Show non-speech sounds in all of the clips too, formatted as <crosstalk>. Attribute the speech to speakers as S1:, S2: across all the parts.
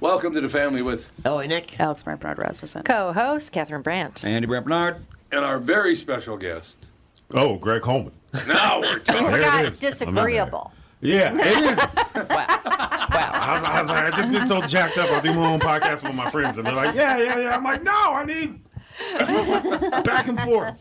S1: Welcome to the family with
S2: Ellie Nick.
S3: Alex Bernard Rasmussen.
S4: Co-host Catherine Brandt.
S5: Andy Brant Bernard.
S1: and our very special guest.
S6: Oh, Greg Holman.
S1: Now we're talking.
S6: There it
S4: Not
S6: is.
S4: disagreeable.
S6: Yeah, it is. I was, I was like, I just get so jacked up. I do my own podcast with my friends, and they're like, "Yeah, yeah, yeah." I'm like, "No, I need <laughs> back and forth."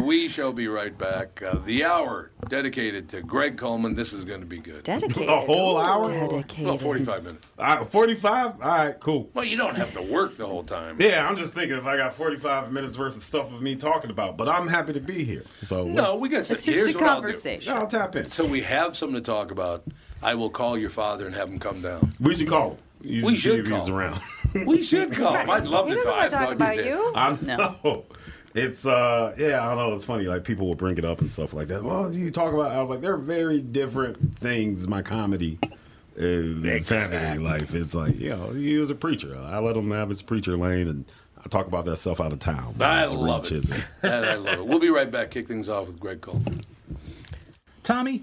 S1: We shall be right back. Uh, the hour dedicated to Greg Coleman. This is going to be good.
S4: Dedicated.
S6: A whole hour,
S3: Dedicated.
S1: Well, 45 minutes.
S6: Uh, forty-five. All right, cool.
S1: Well, you don't have to work the whole time.
S6: Yeah, I'm just thinking if I got forty-five minutes worth of stuff of me talking about, but I'm happy to be here. So
S1: No, we got.
S3: It's
S1: here's
S3: just a
S1: what I'll do.
S3: conversation.
S6: I'll tap in.
S1: So we have something to talk about. I will call your father and have him come down.
S6: we should call. him.
S1: We
S6: see
S1: should
S6: if he's
S1: call him.
S6: around.
S1: We should call him. I'd love
S4: He
S1: to talk.
S4: doesn't want to
S1: I'm
S4: talk
S1: glad
S4: about
S1: did.
S4: you.
S6: I
S3: No.
S1: <laughs>
S6: <laughs> know. It's uh yeah, I don't know. It's funny, like people will bring it up and stuff like that. Well, you talk about I was like, they're very different things, my comedy and family life. It's like, you know, he was a preacher. I let him have his preacher lane and I talk about that stuff out of town.
S1: I
S6: It's a real
S1: love it.
S6: chisel.
S1: And I love it. We'll be right back. Kick things off with Greg Coleman.
S7: Tommy,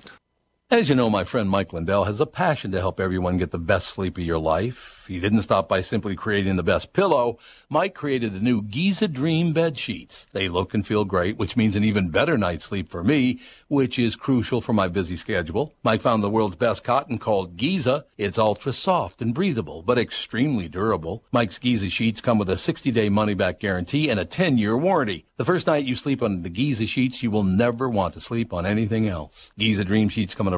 S1: As you know, my friend Mike Lindell has a passion to help everyone get the best sleep of your life. He didn't stop by simply creating the best pillow. Mike created the new Giza Dream bed sheets. They look and feel great, which means an even better night's sleep for me, which is crucial for my busy schedule. Mike found the world's best cotton called Giza. It's ultra soft and breathable, but extremely durable. Mike's Giza sheets come with a 60-day money-back guarantee and a 10-year warranty. The first night you sleep on the Giza sheets, you will never want to sleep on anything else. Giza Dream Sheets come in a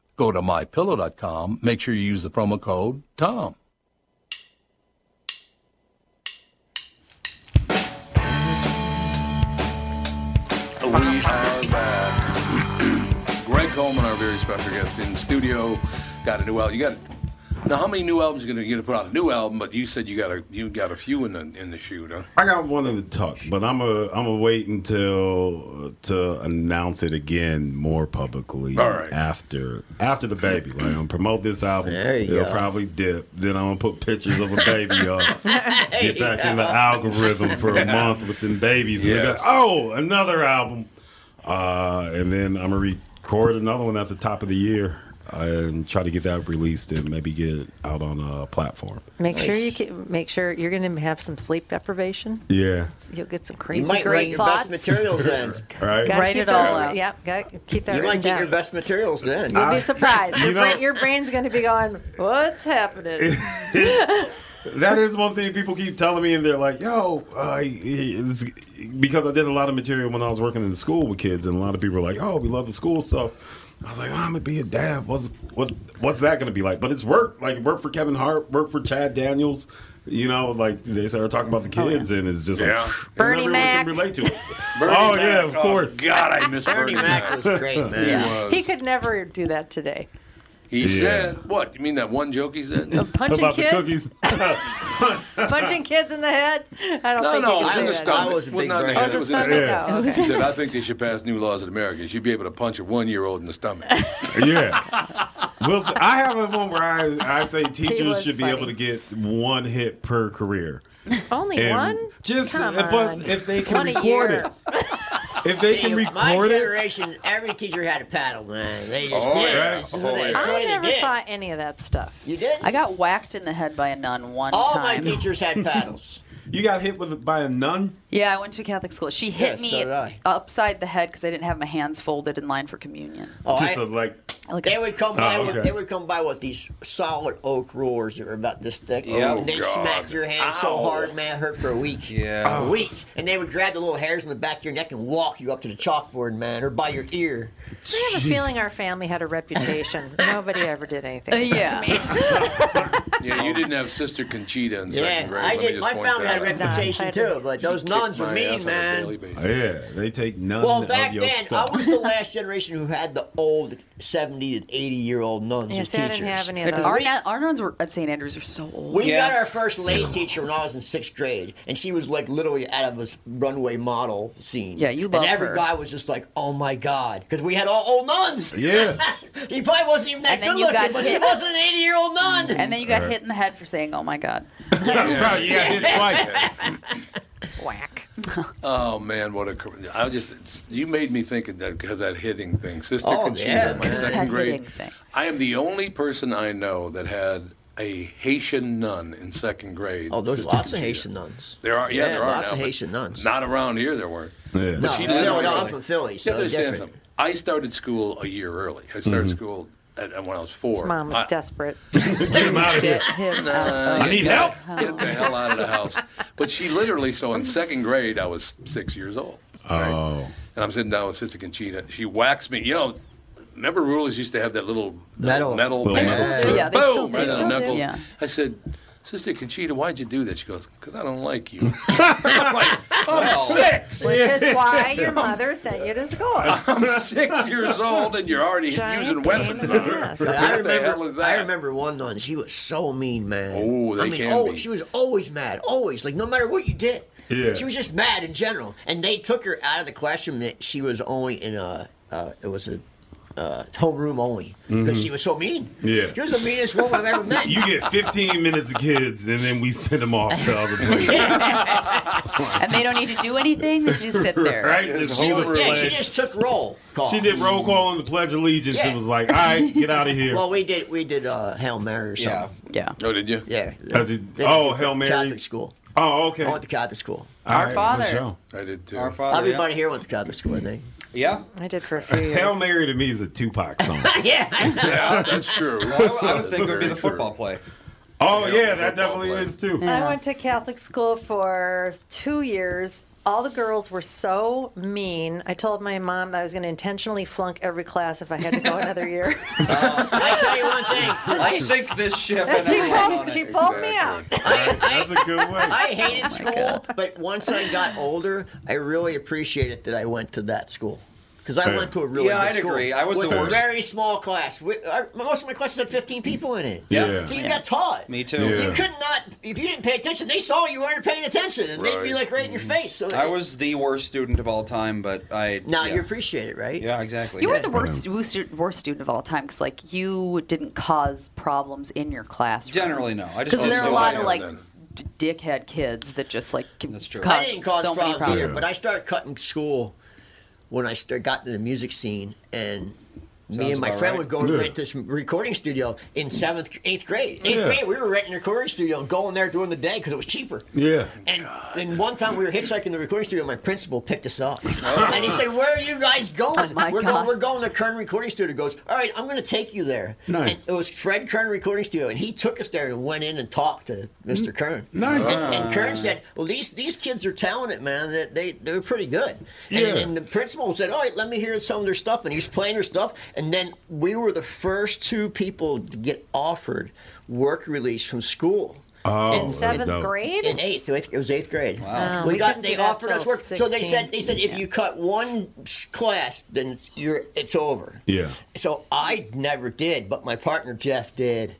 S1: Go to mypillow.com. Make sure you use the promo code TOM. We are back. Greg Coleman, our very special guest in studio, got a new album. You got now how many new albums are you gonna, you gonna put out a new album? But you said you got a you got a few in the in the shoot, huh?
S6: I got one in the tuck, but I'm a I'm gonna wait until uh, to announce it again more publicly.
S1: All right.
S6: After after the baby, like I'm gonna promote this album.
S2: There you
S6: it'll
S2: go.
S6: probably dip. Then I'm gonna put pictures of a
S2: <laughs>
S6: baby up. Get back in the algorithm for a month with them babies. And they go,
S1: Yes.
S6: oh, another album. Uh, and then I'm gonna read record another one at the top of the year uh, and try to get that released and maybe get it out on a platform.
S4: Make sure you can, make sure you're going to have some sleep deprivation.
S6: Yeah.
S4: You'll get some crazy
S2: You might
S4: great
S2: write your
S4: thoughts.
S2: best
S6: <laughs>
S2: materials then.
S6: Right.
S4: Gotta
S3: Write
S4: keep
S3: it all
S4: that-
S3: out.
S4: Yep, gotta keep that
S2: You
S4: written
S2: might get your Ah.
S4: down.
S2: best materials then.
S6: Uh,
S4: You'll
S6: <laughs>
S2: <laughs>
S4: be surprised.
S6: you
S4: your,
S6: know-
S4: brain, your brain's going to be going.
S3: What's happening?
S6: That is one thing people keep telling me, and they're like, "Yo," uh, it's- because I did a lot of material when I was working in the school with kids, and a lot of people were like, "Oh, we love the school stuff." I was like, oh, "I'm gonna be a dad. What's what? What's that gonna be like?" But it's work. Like it worked for Kevin Hart, worked for Chad Daniels. You know, like they started talking about the kids, and it's just
S1: Yeah.
S6: like 'cause
S4: Oh, Bernie
S6: everyone
S4: Mac.
S1: <laughs>
S6: can relate to it.
S1: Bernie
S6: oh
S1: Mac,
S6: yeah, of
S1: oh,
S6: course.
S1: God, I miss
S2: Bernie Mac was
S1: <laughs>
S2: great, man.
S4: He could never do that today.
S1: He
S6: Yeah.
S1: said, "What? You mean that one joke he said?" No,
S4: Punching
S6: About the
S4: kids,
S2: <laughs>
S6: cookies. <laughs>
S4: punching kids in the head. I don't think
S1: no,
S4: he
S1: it was in
S2: I
S4: can
S1: the
S4: do
S2: was-
S4: that.
S1: stomach.
S2: I was a
S1: Well,
S2: big
S1: not in the
S2: Bernie
S4: Oh,
S1: head,
S4: it
S1: it
S4: was
S1: was
S4: a
S1: in the
S4: stomach.
S6: Yeah.
S4: Oh,
S1: He
S4: okay.
S1: said, "I think they should pass new laws in America. You should be able to punch a one-year-old in the stomach."
S6: Yeah. Well, I have a one where I, I
S4: <laughs>
S6: say teachers
S4: was
S6: should be
S4: funny.
S6: able to get one hit per career.
S4: Only
S6: And
S4: one?
S6: Just
S4: Come
S6: uh,
S4: on.
S6: but if they can
S4: One a
S6: record
S4: year.
S6: it,
S4: <laughs>
S6: if they
S2: See,
S6: can
S2: my
S6: record it,
S2: generation, every teacher had a paddle, man. They just
S1: Oh,
S2: did.
S1: yeah.
S2: This is
S1: Oh,
S2: what they-
S1: yeah.
S2: it's the
S4: I
S2: way they
S4: never
S2: did.
S4: saw any of that stuff.
S2: You did?
S3: I got whacked in the head by a nun one
S2: All my
S3: time.
S2: teachers
S3: <laughs>
S2: had paddles.
S6: <laughs> you got hit with by a nun.
S3: Yeah, I went to a Catholic school. She hit
S2: Yeah,
S3: me
S2: so did I.
S3: upside the head because I didn't have my hands folded in line for communion.
S2: Oh,
S6: Just
S2: I-
S6: a, like
S3: Like
S2: They
S3: a,
S2: would come by.
S6: Oh,
S2: with,
S6: okay.
S2: they would come by with these solid oak rulers that were about this thick.
S1: Yeah.
S2: and they
S1: Oh,
S2: smack
S1: God.
S2: your hand
S1: Ow.
S2: so hard, man, it hurt for a week.
S8: Yeah.
S2: a week. And they would grab the little hairs on the back of your neck and walk you up to the chalkboard, man, or by your ear.
S4: I have a feeling our family had a reputation. Nobody ever did anything.
S3: Uh,
S4: like that
S3: <laughs> yeah.
S4: To me.
S1: Yeah, you didn't have Sister Conchita in
S2: Yeah,
S1: second grade.
S2: I
S1: Let me
S2: did.
S1: just
S2: My
S1: point
S2: family
S1: that
S2: had
S1: out.
S2: reputation
S4: Nah,
S2: too, but those
S1: She
S2: nuns
S1: kicked
S2: were
S1: my ass on
S2: mean,
S1: a
S2: man.
S1: daily basis.
S6: yeah, they take none
S2: Well,
S6: of
S2: back
S6: your
S2: then, I
S6: stuff. <laughs>
S2: was the last generation who had the old 70 and 80 year old nuns
S4: Yeah,
S2: as
S4: see, I
S2: teachers.
S4: didn't have any of
S3: our,
S4: those.
S3: nun- our nuns were at St. Andrews are so old.
S2: We
S8: Yeah.
S2: got our first lay teacher when I was in sixth grade, and she was like literally out of this runway model scene.
S3: Yeah, you love
S2: And every
S3: her.
S2: guy was just like, "Oh my god," because we had all old nuns.
S6: yeah,
S2: he probably wasn't even that
S3: And then
S2: good
S3: you
S2: looking,
S3: got
S2: but she
S3: hit.
S2: wasn't an eighty-year-old nun.
S3: And then you got hit in the head for saying, "Oh my God."
S6: Bro, you got hit twice.
S1: <laughs>
S4: Whack.
S1: Oh man, what a! car- I just you made me think of that because that hitting thing, Sister
S2: Oh,
S1: Conchita,
S2: yeah,
S1: in my
S2: man.
S1: second
S3: That
S1: grade.
S3: hitting thing.
S1: I am the only person I know that had a Haitian nun in second grade.
S2: oh, there's
S1: Sister
S2: lots of
S1: Conchita.
S2: Haitian nuns.
S1: There are, yeah, there are
S2: lots
S1: now,
S2: of
S1: but
S2: Haitian nuns.
S1: Not around here, there weren't.
S6: Yeah.
S2: no,
S1: she doesn't
S2: no, no, I'm
S1: really-
S2: from Philly,
S1: You
S2: so
S1: have to understand
S2: different.
S1: something. I started school a year early. I started
S6: Mm-hmm.
S1: school at, when I was four.
S4: His mom was
S1: I,
S4: desperate.
S6: Get him out of here.
S4: Get him out.
S1: Uh,
S6: I need
S1: get-
S6: help.
S1: Get the hell out of the house. But she literally, so in second grade, I was six years old. right?
S6: Oh.
S1: And I'm sitting down with Sister Conchita. She whacks me. You know, remember rulers used to have that little the
S2: Metal.
S1: metal
S6: Little
S1: band?
S6: metal
S1: Boom!
S6: strip.
S3: Yeah, they still
S1: right
S3: do.
S1: on the
S3: Still do.
S1: knuckles.
S3: Yeah.
S1: I said, Sister Conchita, why'd you do that? She goes, because I don't like you. I'm like, I'm six.
S4: <laughs> Which is why your mother sent you to school.
S1: <laughs> I'm six years old, and you're already
S4: Giant
S1: using
S4: pain
S1: weapons
S4: in
S1: on
S4: the
S1: her.
S4: ass.
S2: But
S1: What
S2: I
S1: the hell is
S2: remember,
S1: that?
S2: I remember one nun. She was so mean, man.
S1: Oh, they
S2: I mean,
S1: can
S2: oh,
S1: be.
S2: she was always mad. Always, like no matter what you did,
S6: Yeah.
S2: she was just mad in general. And they took her out of the question that she was only in a, uh, it was a uh, homeroom only because
S1: Mm-hmm.
S2: she was so mean.
S6: Yeah.
S2: she was the meanest woman I've ever
S6: <laughs>
S2: met.
S6: You get 15 minutes of kids, and then we send them off to
S2: <laughs>
S6: other places,
S3: And they don't need to do anything; they just
S6: <laughs>
S3: sit there.
S6: right?
S1: Just
S6: hold
S2: She
S1: hold
S2: was-
S6: her
S2: yeah,
S6: legs.
S2: she just took roll call.
S6: She did roll call on the Pledge of Allegiance
S2: Yeah.
S6: and was like, "All right, get out of here."
S2: Well, we did we did uh, Hail Mary or something.
S3: Yeah.
S1: Oh, did you?
S2: Yeah.
S6: As it-
S2: They did
S6: oh,
S2: it
S6: Hail
S2: for
S6: Mary.
S2: Catholic school.
S6: oh, okay.
S2: I went to Catholic school.
S6: All
S3: Our
S6: right,
S3: Father.
S6: for sure.
S1: I did too.
S8: Our father.
S2: Everybody here went to Catholic school, I think. <laughs>
S8: Yeah.
S4: I did for a few
S6: <laughs>
S4: years.
S6: Hail Mary to me is a Tupac
S2: <laughs>
S6: song.
S2: yeah.
S6: <laughs>
S1: Yeah, that's true.
S5: I, would- I would think it would
S1: Very
S5: be the
S1: true.
S5: football play.
S6: Oh
S1: Yeah,
S6: yeah, that
S1: football
S6: definitely
S1: player.
S6: is too.
S4: I went to Catholic school for two years. All the girls were so mean. I told my mom that I was going to intentionally flunk every class if I had to go another year.
S2: Oh, I tell you one
S4: <laughs>
S2: thing.
S5: I sink this ship.
S4: And
S5: And
S4: she
S5: everyone's on
S4: pulled,
S5: it.
S4: she pulled me out.
S1: Exactly.
S2: I,
S6: That's a good way.
S2: I, I hated
S3: Oh my
S2: school,
S3: God.
S2: but once I got older, I really appreciated that I went to that school. Because I
S6: Yeah.
S2: went to a really
S5: Yeah,
S2: good
S5: I'd
S2: school
S5: agree. I was
S2: with
S5: the
S2: a
S5: worst.
S2: very small class. We, our, most of my classes had 15 people in it.
S6: Yeah.
S2: So you
S3: Yeah.
S2: got taught.
S5: Me too.
S2: You
S6: Yeah.
S2: could not, if you didn't pay attention, they saw you weren't paying attention, and they'd
S1: Right.
S2: be like right in your face. So
S5: I was the worst student of all time, but I.
S2: Now
S5: yeah.
S2: you appreciate it, right?
S5: Yeah, exactly.
S3: You were
S5: Yeah.
S3: the
S6: Um,
S3: worst, worst stu- worst student of all time because, like, you didn't cause problems in your classroom.
S5: Generally, no. I just
S3: because
S5: didn't
S3: there are a
S5: do
S3: lot
S5: it.
S3: of
S1: Yeah,
S3: like
S1: then.
S3: d- dickhead kids that just like c-
S5: That's true.
S3: cause
S2: I didn't cause
S3: so many
S2: problems,
S3: problems.
S2: either, but I started cutting school when I start, got into the music scene, and me
S5: Sounds
S2: and my
S5: about
S2: friend
S5: right.
S2: would go to
S6: Yeah.
S2: rent this recording studio in seventh, eighth grade. Eighth
S6: Yeah.
S2: grade, we were renting a recording studio and going there during the day because it was cheaper.
S6: Yeah.
S2: And then one time we were hitchhiking the recording studio, my principal picked us up. and he said, Where are you guys going?
S3: Oh my
S2: we're,
S3: God.
S2: Going, we're going to Kern Recording Studio. He goes, All right, I'm going to take you there.
S6: Nice.
S2: And it was Fred Kern Recording Studio. And he took us there and went in and talked to Mr. Kern.
S6: Mm. Nice.
S2: And, and Kern said, Well, these, these kids are talented, man. That they, They're pretty good. And,
S6: Yeah.
S2: and the principal said, All right, let me hear some of their stuff. And he was playing their stuff. And then we were the first two people to get offered work release from school.
S6: Oh,
S4: in
S6: that's
S4: seventh
S6: dope.
S4: grade.
S2: In eighth, it was eighth grade.
S5: Wow.
S4: Oh,
S2: we,
S4: we
S2: got
S4: couldn't
S2: they
S4: do that
S2: offered us
S4: till
S2: work. So they
S4: 16.
S2: said they said if you cut one s- class, then you're it's over.
S6: Yeah.
S2: So I never did, but my partner Jeff did.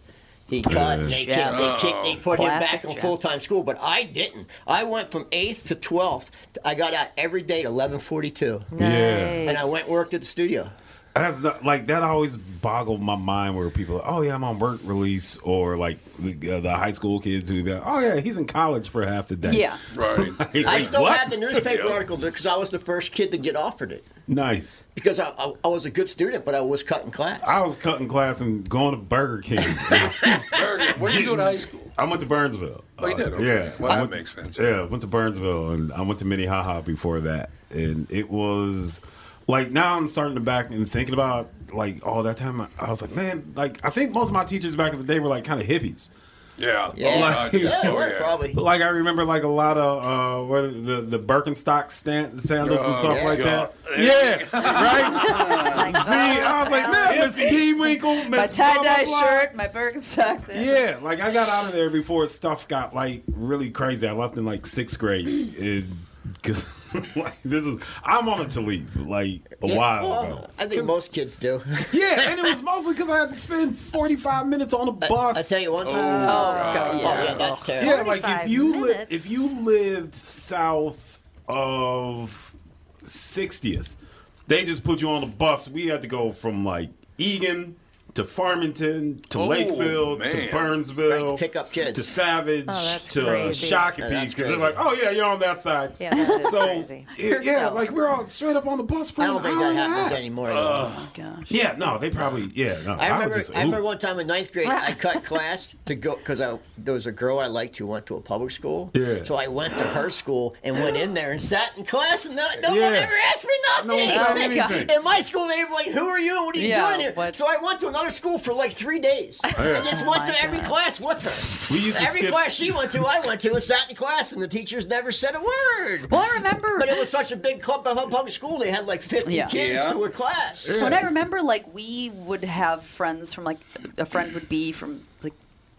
S2: He cut. and They,
S3: Yeah.
S2: kicked, they kicked. They put him
S3: Classic
S2: back on
S3: Jeff.
S2: full time school, but I didn't. I went from eighth to twelfth. I got out every day at eleven forty two,
S6: Yeah.
S2: and I went and worked at the studio.
S6: That's not, like that always boggled my mind where people, are, oh yeah, I'm on work release, or like the, uh, the high school kids who be like, oh yeah, he's in college for half the day.
S3: Yeah.
S1: Right.
S6: <laughs> Like,
S2: <laughs> I still
S6: what?
S2: have the
S6: <laughs>
S2: newspaper
S1: Yeah.
S2: article because I was the first kid to get offered it
S6: Nice.
S2: because I, I, I was a good student, but I was cutting class.
S6: I was cutting class and going to Burger King.
S1: Burger. Where did you go to high school?
S6: I went to Burnsville.
S1: Oh, you did? <laughs> Okay.
S6: Yeah.
S1: Well,
S6: I
S1: that
S6: went-
S1: makes sense.
S6: Yeah, went to Burnsville and I went to Minnehaha before that. And it was like now I'm starting to back and thinking about like all that time. I, I was like, man, like I think most of my teachers back in the day were like kind of hippies.
S1: Yeah.
S2: Yeah,
S1: Oh, God.
S2: yeah, it
S1: <laughs> Oh,
S2: worked probably.
S6: Like I remember like a lot of uh what the the Birkenstock stand, sandals and
S1: Oh,
S6: stuff
S1: yeah.
S6: like that.
S1: Yeah.
S6: Yeah,
S2: <laughs>
S6: right.
S3: <laughs>
S6: See, I was like, man, Miss T Winkle, Miss
S3: My tie dye
S6: blah, blah, blah.
S3: shirt, my
S6: <laughs>
S3: Birkenstocks.
S6: Yeah, like I got out of there before stuff got like really crazy. I left in like sixth grade <laughs> because like this is I'm on it to leave like a
S2: Yeah,
S6: while
S2: well,
S6: ago.
S2: I think most kids do.
S6: Yeah, and it was mostly because I had to spend 45 minutes on a bus.
S2: I tell you one.
S1: Oh,
S2: thing.
S1: God.
S2: Oh, yeah, that's terrible.
S6: yeah, like if
S4: 45
S6: you li-
S4: minutes.
S6: if you lived south of 60th, they just put you on a bus. We had to go from like Egan to Farmington to
S1: Oh,
S6: Lakefield
S1: man.
S6: to Burnsville
S2: Right, to pick up kids.
S6: to Savage
S4: Oh, that's
S6: to uh,
S4: crazy.
S2: Yeah,
S6: Shakopee
S2: that's
S6: because they're
S2: crazy.
S6: like, oh yeah, you're on that side.
S4: Yeah, that is
S6: so
S4: crazy.
S6: it- yeah, like we're all straight up on the bus for
S2: I
S6: an
S2: don't think
S6: hour
S2: that
S6: and a half.
S2: happens anymore.
S3: Oh, gosh.
S6: Yeah, no, they probably yeah. No,
S2: I
S6: would
S2: remember.
S6: just
S2: I remember
S6: Uber.
S2: one time in ninth grade, I cut <laughs> class to go because I there was a girl I liked who went to a public school.
S6: Yeah.
S2: So I went to her school and went in there and sat in class, and not, no one
S6: Yeah.
S2: ever asked me nothing.
S6: No one said
S2: Like, <laughs>
S6: anything.
S2: In my school, they were like, "Who are you? and What are you
S3: Yeah,
S2: doing here?"
S3: what-
S2: So
S3: Oh
S2: I went to another school for like three days. I just went to every class with her.
S6: Oh, We used to
S2: Every
S6: skip-
S2: class she went to, I went to, and sat in class, and the teachers never said a word.
S3: Well, I remember.
S2: But it was such a big club of public school. They had like 50
S3: Yeah.
S2: kids
S5: Yeah.
S2: to a class.
S3: But I remember, like, we would have friends from, like, a friend would be from, like,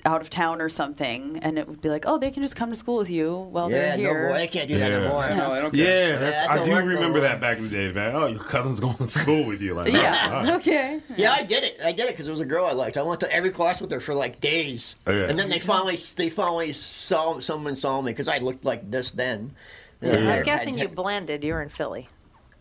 S3: out of town or something, and it would be like, oh, they can just come to school with you while
S2: Yeah,
S3: they're here.
S2: no boy, I can't do that
S6: Yeah.
S2: anymore.
S5: No, I don't care.
S6: Yeah, that's,
S2: that
S6: I
S2: don't
S6: do
S2: work no
S6: remember
S2: more.
S6: that back in the day, man. Oh, your cousin's <laughs> going to school with you, like oh, all
S4: <laughs>
S3: Yeah.
S6: right.
S3: Okay.
S2: Yeah, I did it. I did it because it was a girl I liked. I went to every class with her for like days,
S6: Oh, yeah.
S2: and then they finally they finally saw someone saw me because I looked like this then.
S4: I'm guessing you blended. You were in Philly.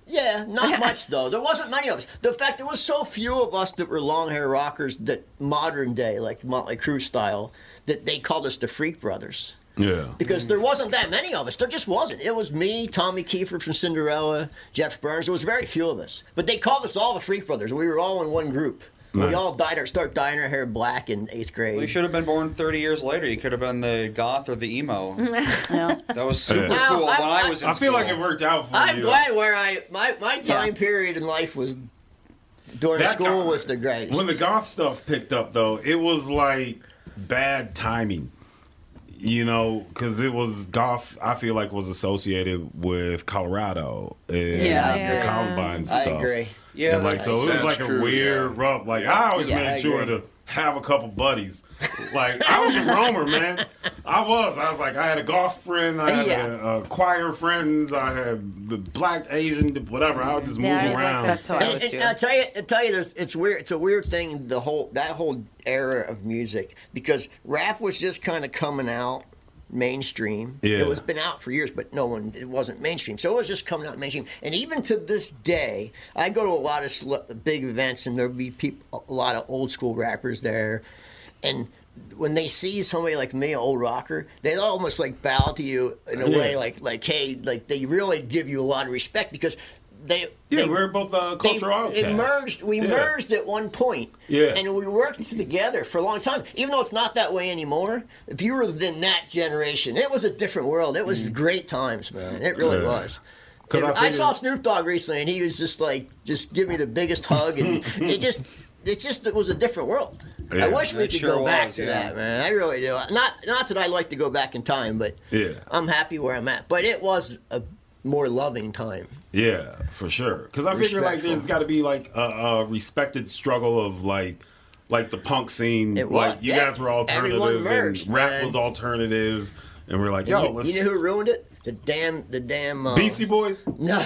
S2: Yeah, not
S4: <laughs>
S2: much though. There wasn't many of us. The fact there was so few of us that were long hair rockers that modern day, like Motley Crue style, that they called us the Freak Brothers.
S6: Yeah.
S2: because there wasn't that many of us. There just wasn't. It was me, Tommy Kiefer from Cinderella, Jeff Burns. There was very few of us. But they called us all the Freak Brothers. We were all in one group.
S6: Nice.
S2: We all dyed our start dyeing our hair black in eighth grade.
S5: You should have been born 30 years later. You could have been the goth or the emo.
S3: <laughs> Yeah.
S5: That was super
S6: Yeah.
S5: cool
S2: Now,
S5: when
S2: I-
S5: I was in
S6: I feel like
S5: school.
S6: it worked out for
S2: I'm
S6: you.
S2: glad where I my my time
S3: Yeah.
S2: period in life was during
S6: That
S2: school
S6: time-
S2: was the greatest.
S6: When the goth stuff picked up, though, it was like bad timing. You know, because it was goth. I feel like was associated with Colorado and
S3: Yeah.
S6: the Columbine
S2: I
S6: stuff.
S2: agree.
S5: Yeah,
S6: and like
S5: that's-
S6: so, it was
S1: that's
S6: like a
S1: true,
S6: weird
S1: yeah.
S6: rub. Like I always
S2: Yeah,
S6: made
S2: I
S6: sure
S2: agree.
S6: to have a couple buddies. Like I was a roamer, man. I was. I was like I had a golf friend. I had
S3: Yeah.
S6: a, a choir friends. I had the black Asian, whatever. I would just
S4: Yeah, I
S6: move
S4: was like
S6: around.
S4: that
S3: That's what I
S2: And-
S3: was
S2: and
S3: doing.
S2: I'll tell you, I'll tell you, there's, it's weird. It's a weird thing. The whole that whole era of music because rap was just kind of coming out mainstream.
S6: Yeah.
S2: It was been out for years, but no one. It wasn't mainstream, so it was just coming out mainstream. And even to this day, I go to a lot of sl- big events, and there'll be people, a lot of old school rappers there, and. When they see somebody like me, an old rocker, they almost like bow to you in a
S6: Yeah.
S2: way, like like hey, like they really give you a lot of respect because they
S6: Yeah,
S2: they,
S6: we're both uh,
S2: they-
S6: cultural outcasts.
S2: it merged. We
S6: Yeah.
S2: merged at one point,
S6: Yeah.
S2: and we worked together for a long time. Even though it's not that way anymore. If you were within that generation, it was a different world. It was great times, man. It really
S6: Mm. Yeah.
S2: was.
S6: 'Cause
S2: It-
S6: I
S2: I,
S6: figured-
S2: saw Snoop Dogg recently, and he was just like, just give me the biggest
S6: <laughs>
S2: hug, and it just. It just it was a different world.
S6: Yeah.
S2: I wish we
S5: It
S2: could
S5: sure
S2: go back
S5: was,
S2: to
S5: yeah.
S2: that, man. I really do. Not not that I like to go back in time, but
S6: Yeah.
S2: I'm happy where I'm at. But it was a more loving time.
S6: Yeah, for sure. Because I figure like
S2: Respectful.
S6: there's got to be like a, a respected struggle of like like the punk scene.
S2: It was-
S6: like you
S2: yeah.
S6: guys were
S2: Everyone
S6: alternative,
S2: merged,
S6: and rap
S2: man.
S6: was alternative, and we're like,
S2: You-
S6: yo,
S2: you,
S6: let's <laughs>
S2: know who ruined it? The damn, the damn, uh,
S6: Beastie Boys.
S2: <laughs> no,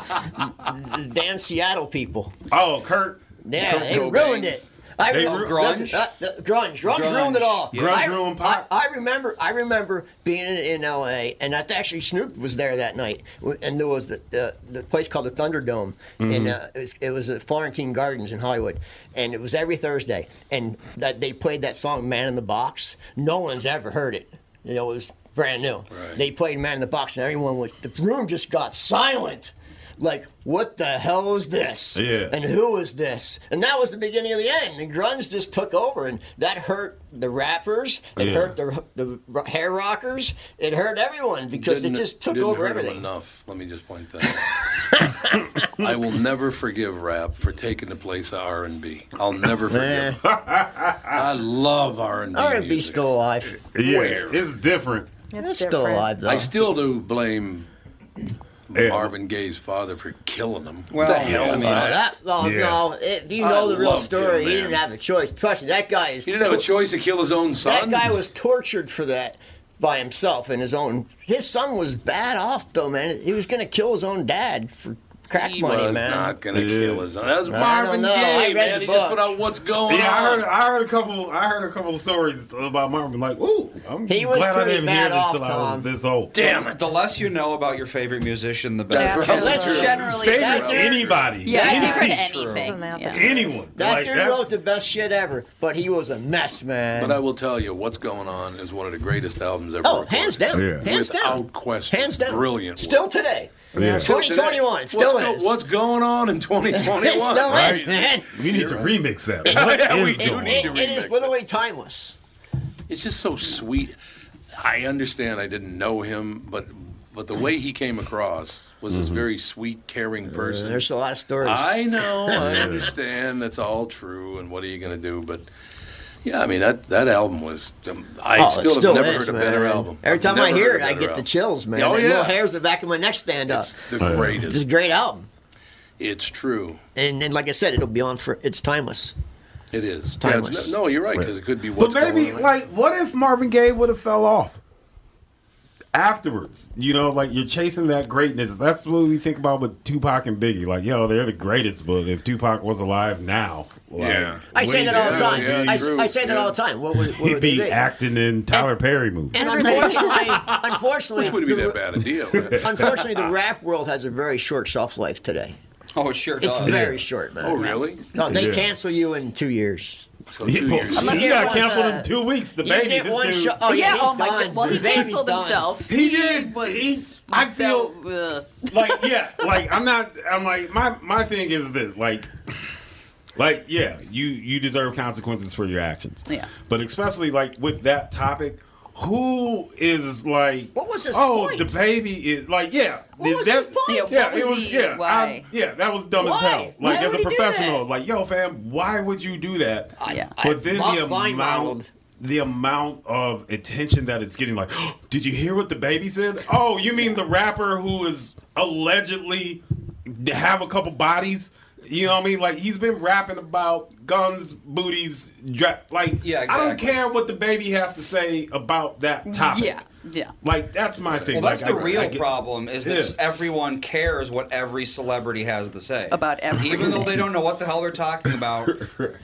S2: the damn Seattle people.
S6: Oh, Kurt.
S2: Yeah, they
S1: Cobain.
S2: ruined it. I
S6: They
S2: oh,
S6: ru-
S2: listen,
S1: grunge?
S2: uh, the- grunge, grunge,
S5: Grunge.
S2: ruined it all.
S6: Yeah. Grunge
S2: I,
S6: ruined
S2: I,
S6: pop.
S2: I remember, I remember being in, in L.A. and I th- actually Snoop was there that night, w- and there was the the, the place called the Thunderdome, and
S6: Mm-hmm.
S2: uh, it was, it was at Florentine Gardens in Hollywood, and it was every Thursday, and that they played that song "Man in the Box." No one's ever heard it. You know, it was brand new.
S1: Right.
S2: They played "Man in the Box," and everyone was the room just got silent. Like, what the hell is this?
S6: Yeah.
S2: And who is this? And that was the beginning of the end. And grunge just took over, and that hurt the rappers. It
S6: Yeah.
S2: hurt the, the hair rockers. It hurt everyone because
S1: Didn't-
S2: it just took
S1: didn't
S2: over
S1: hurt 'em
S2: everything.
S1: enough. Let me just point that. out. I will never forgive rap for taking the place of R and B. I'll never forgive. 'em. I love R and B.
S2: R&B still alive.
S6: Yeah,
S1: Where?
S6: it's different.
S2: It's,
S4: It's
S2: still
S4: different.
S2: alive though.
S1: I still do blame
S6: Yeah.
S1: Marvin Gaye's father for killing him.
S5: Well,
S1: the hell
S5: I mean,
S2: Oh,
S1: man?
S2: that, oh,
S6: Yeah.
S2: no! It, you
S1: I
S2: know the real
S1: loved
S2: story.
S1: him,
S2: he
S1: man.
S2: didn't have a choice. Trust me, that guy is.
S1: He didn't have a
S2: to-
S1: choice to kill his own son.
S2: That guy was tortured for that by himself and his own. His son was bad off though, man. He was gonna kill his own dad for crack
S1: He
S2: money,
S1: was
S2: man.
S1: not gonna
S6: Yeah.
S1: kill his own. That was
S2: I
S1: Marvin
S2: don't know. I
S1: Gaye,
S2: read
S1: man.
S2: the
S1: He just
S2: book.
S1: put out what's going
S6: Yeah, I
S1: on.
S6: heard. I heard a couple. I heard a couple of stories about Marvin. Like, ooh, I'm
S2: He was
S6: glad I
S2: pretty
S6: didn't
S2: bad
S6: hear this
S2: off,
S6: till I
S2: Tom.
S6: was this old.
S1: Damn it.
S5: The less you know about your favorite musician, the better.
S1: That's
S3: Yeah,
S1: right.
S3: let's
S1: True.
S3: generally
S6: Favorite
S2: that dude-
S6: anybody.
S3: Yeah, I
S6: Anybody.
S3: can read
S5: True.
S3: anything.
S4: Isn't that the-
S3: Yeah.
S6: anyone.
S2: That
S6: Like,
S2: dude
S6: that's-
S2: wrote the best shit ever, but he was a mess, man.
S1: But I will tell you, what's going on is one of the greatest albums ever.
S2: oh,
S1: recorded.
S2: hands down,
S6: Yeah.
S2: hands down,
S1: Without question.
S2: hands down,
S1: Brilliant.
S2: Still
S1: work.
S2: today,
S6: Yeah.
S1: Still
S2: 2021,
S1: today.
S2: it still
S1: what's go-
S2: is.
S1: what's going on in
S2: <laughs> it
S1: 2021?
S2: still is, man.
S6: We need to remix that.
S1: <laughs>
S6: What
S1: Yeah,
S6: is
S1: we do
S6: going
S1: need
S6: on?
S1: to
S2: It- it is
S1: remix
S2: literally timeless.
S1: It's just so sweet. I understand I didn't know him, but but the way he came across was this very sweet, caring person.
S2: Mm-hmm. Uh, There's a lot of stories.
S1: I
S2: <laughs>
S1: know, I understand. That's all true. And what are you going to do? But yeah, I mean that that album was. um, I
S2: Oh,
S1: still,
S2: it still
S1: have never
S2: is,
S1: heard a
S2: man.
S1: better album.
S2: Every
S1: I've
S2: time I
S1: never
S2: hear
S1: heard
S2: it,
S1: a
S2: I
S1: better
S2: get the
S1: album.
S2: chills, man.
S1: Oh
S2: the
S1: yeah,
S2: little hairs in the back of my neck stand up.
S1: it's the
S6: Oh, yeah.
S2: This is a
S1: greatest.
S2: great album,
S1: It's true.
S2: and then like I said, it'll be on for. It's timeless.
S1: It is. Yeah, it's-
S2: timeless.
S1: no, you're right because it could be
S6: But
S1: what's
S6: maybe,
S1: going on.
S6: like, what if Marvin Gaye would have fell off afterwards? You know, like you're chasing that greatness. That's what we think about with Tupac and Biggie. Like, yo, they're the greatest. But if Tupac was alive now, like,
S1: Yeah.
S2: I say
S6: we'd
S2: that all the
S1: yeah,
S2: time.
S1: yeah,
S2: I,
S1: true,
S2: I say that
S1: yeah.
S2: all the time. What would, what
S6: He'd
S2: would they
S6: be acting in Tyler Perry movies.
S2: And unfortunately,
S6: <laughs>
S2: unfortunately,
S1: Which wouldn't be
S2: the-
S1: that bad a deal.
S2: Unfortunately, the rap world has a very short shelf life today.
S5: Oh, it sure
S2: It's
S5: does.
S2: very short, man.
S1: Oh, really?
S2: No, they
S6: Yeah.
S2: cancel you in two years.
S1: So
S6: Yeah,
S1: two
S6: well,
S1: years.
S6: he got
S3: Unless everyone's,
S6: canceled
S3: uh,
S6: in two weeks. The
S2: You
S6: baby,
S2: get
S6: this
S2: one
S6: dude-
S2: shot. Oh yeah,
S3: yeah,
S2: he's
S3: oh my
S2: done.
S3: god. Well, he
S2: The baby's
S3: canceled
S2: done.
S3: himself.
S6: He did.
S3: Was,
S6: He- I feel-
S3: felt, uh,
S6: like yeah like i'm not i'm like my my thing is this like like yeah you you deserve consequences for your actions
S3: Yeah.
S6: but especially like with that topic who is like
S2: What was his
S6: oh
S2: point?
S6: the baby is like yeah
S2: What was his point?
S3: Yeah, what was he-
S6: yeah
S3: why?
S6: I- yeah that was dumb as
S2: Why?
S6: hell
S2: Why
S6: like as a
S2: would he do
S6: professional
S2: that?
S6: like yo fam why would you do that
S3: Yeah.
S6: but then
S2: I-
S6: the
S2: mind boggled.
S6: amount the amount of attention that it's getting like <gasps> did you hear what the baby said oh you mean the rapper who is allegedly to have a couple bodies you know what i mean like he's been rapping about guns booties dra- like
S5: Yeah,
S6: i don't
S5: exactly.
S6: care what the baby has to say about that topic
S3: yeah, yeah.
S6: like that's my thing
S5: Well, that's
S6: Like,
S5: the
S6: I-
S5: real
S6: I get-
S5: problem is that
S6: Yeah.
S5: everyone cares what every celebrity has to say
S3: About everything.
S5: Even though they don't know what the hell they're talking about,
S6: <laughs>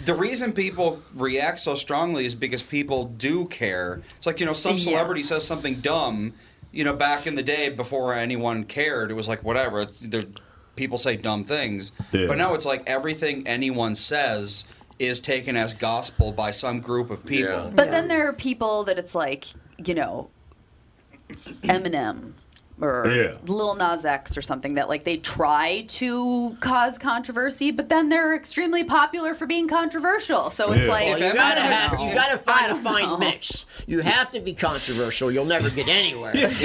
S5: the reason people react so strongly is because people do care. It's like you know, some
S3: Yeah.
S5: celebrity says something dumb. You know, back in the day before anyone cared, it was like whatever. It's, they're- people say dumb things,
S6: Yeah.
S5: but now it's like everything anyone says is taken as gospel by some group of people.
S1: Yeah.
S3: But then there are people that it's like, you know, Eminem or
S6: Yeah.
S3: Lil Nas X or something that like they try to cause controversy, but then they're extremely popular for being controversial. So it's
S6: Yeah.
S3: like
S5: If
S2: you
S5: I
S2: gotta
S5: don't
S2: have,
S5: know.
S2: you gotta
S3: I
S2: find a
S3: don't
S2: fine
S3: know.
S2: mix. You have to be controversial. You'll never get anywhere. You have to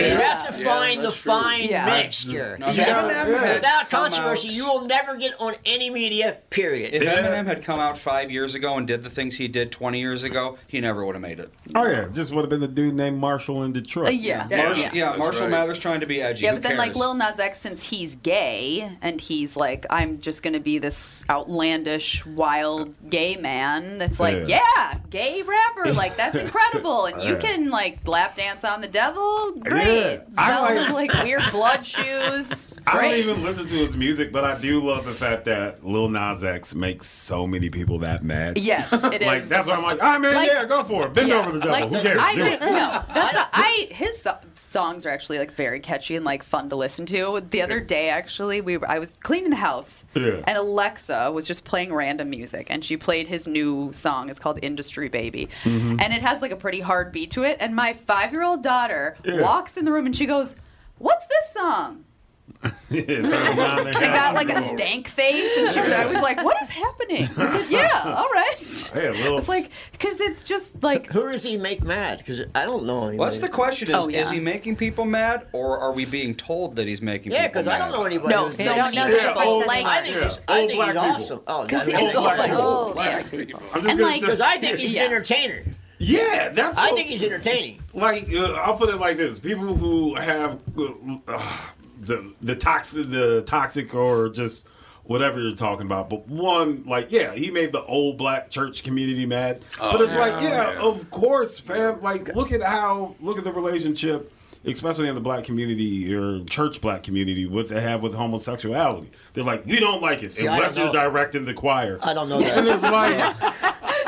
S5: Yeah,
S2: find the
S5: that's true.
S2: fine
S3: Yeah.
S2: mixture.
S5: No,
S2: You
S5: if
S2: gotta-
S5: Eminem had
S2: without
S5: come
S2: controversy,
S5: out-
S2: you will never get on any media. Period.
S5: If Eminem had come out five years ago and did the things he did 20 years ago, he never would have made it.
S6: Oh yeah, just would have been the dude named Marshall in Detroit.
S3: Uh, yeah.
S5: Yeah, Marsh,
S3: Yeah.
S5: yeah.
S1: That's
S5: Marshall
S1: right.
S5: Mathers trying to be edgy.
S3: Yeah,
S5: Who
S3: but then like
S5: cares?
S3: Lil Nas X, since he's gay and he's like, I'm just gonna be this outlandish, wild gay man. That's like,
S6: Yeah.
S3: yeah, gay rapper. Like
S6: <laughs>
S3: that's incredible, and you can like lap dance on the devil. Great,
S6: I
S3: sell
S6: like-
S3: like, weird blood shoes.
S6: I don't
S3: Great.
S6: even listen to his music, but I do love the fact that Lil Nas X makes so many people that mad.
S3: Yes, it
S6: <laughs>
S3: is.
S6: like that's why I'm like, ah man,
S3: Like-
S6: yeah, go for it. Bend
S3: Yeah,
S6: over the devil. Who
S3: like,
S6: cares?
S3: I,
S6: do
S3: I-
S6: it.
S3: no, that's a, I his so- songs are actually like very catchy and like fun to listen to. The other day, actually, we were, I was cleaning the house,
S6: Yeah.
S3: and Alexa was just playing random music, and she played his new song. It's called "Industry Baby,"
S6: Mm-hmm.
S3: and it has like a pretty hard beat to it. And my five-year-old daughter
S6: Yeah.
S3: walks in the room and she goes, "What's this song?"
S6: <laughs> Yeah, Oh, so it's not in their
S3: I got
S6: house.
S3: like a stank face, and she, I was like, "What
S6: <laughs>
S3: is happening?" yeah, all right.
S6: Yeah, Lil-
S3: It's like because it's just like
S2: Who does he make mad? Because I don't know anybody.
S5: Well, that's the question: Is,
S3: Oh, yeah.
S5: is he making people mad, or are we being told that he's making?
S2: Yeah,
S5: people
S2: because I
S5: mad?
S2: don't know anybody.
S3: No,
S2: who's
S3: they
S2: so
S3: don't know
S2: mad.
S3: Yeah, anybody. old- Like-
S2: I think, he's,
S6: yeah,
S2: I
S6: old
S2: think
S6: black
S2: he's
S6: people.
S2: awesome. Oh,
S3: because
S2: no,
S3: it's
S2: no,
S6: black
S3: all
S2: no,
S6: people.
S2: no.
S3: old black people.
S6: <laughs> I'm just
S3: and,
S6: gonna
S3: like-
S6: say-
S2: Because I think he's
S3: Yeah.
S2: an entertainer.
S6: <laughs> yeah, that's.
S2: I
S6: what-
S2: think he's entertaining.
S6: like uh, I'll put it like this: people who have uh, uh, the the toxic, the toxic, or just whatever you're talking about. But one, like, yeah, he made the old black church community mad. but it's like, yeah,
S1: yeah.
S6: of course, fam. Like, look at how look at the relationship. Especially in the black community or church black community, what they have with homosexuality, they're like, we don't like it
S2: See, I
S6: unless
S2: don't
S6: you're
S2: know.
S6: directing the choir.
S2: I don't know
S6: And
S2: <laughs> that.
S6: it's like,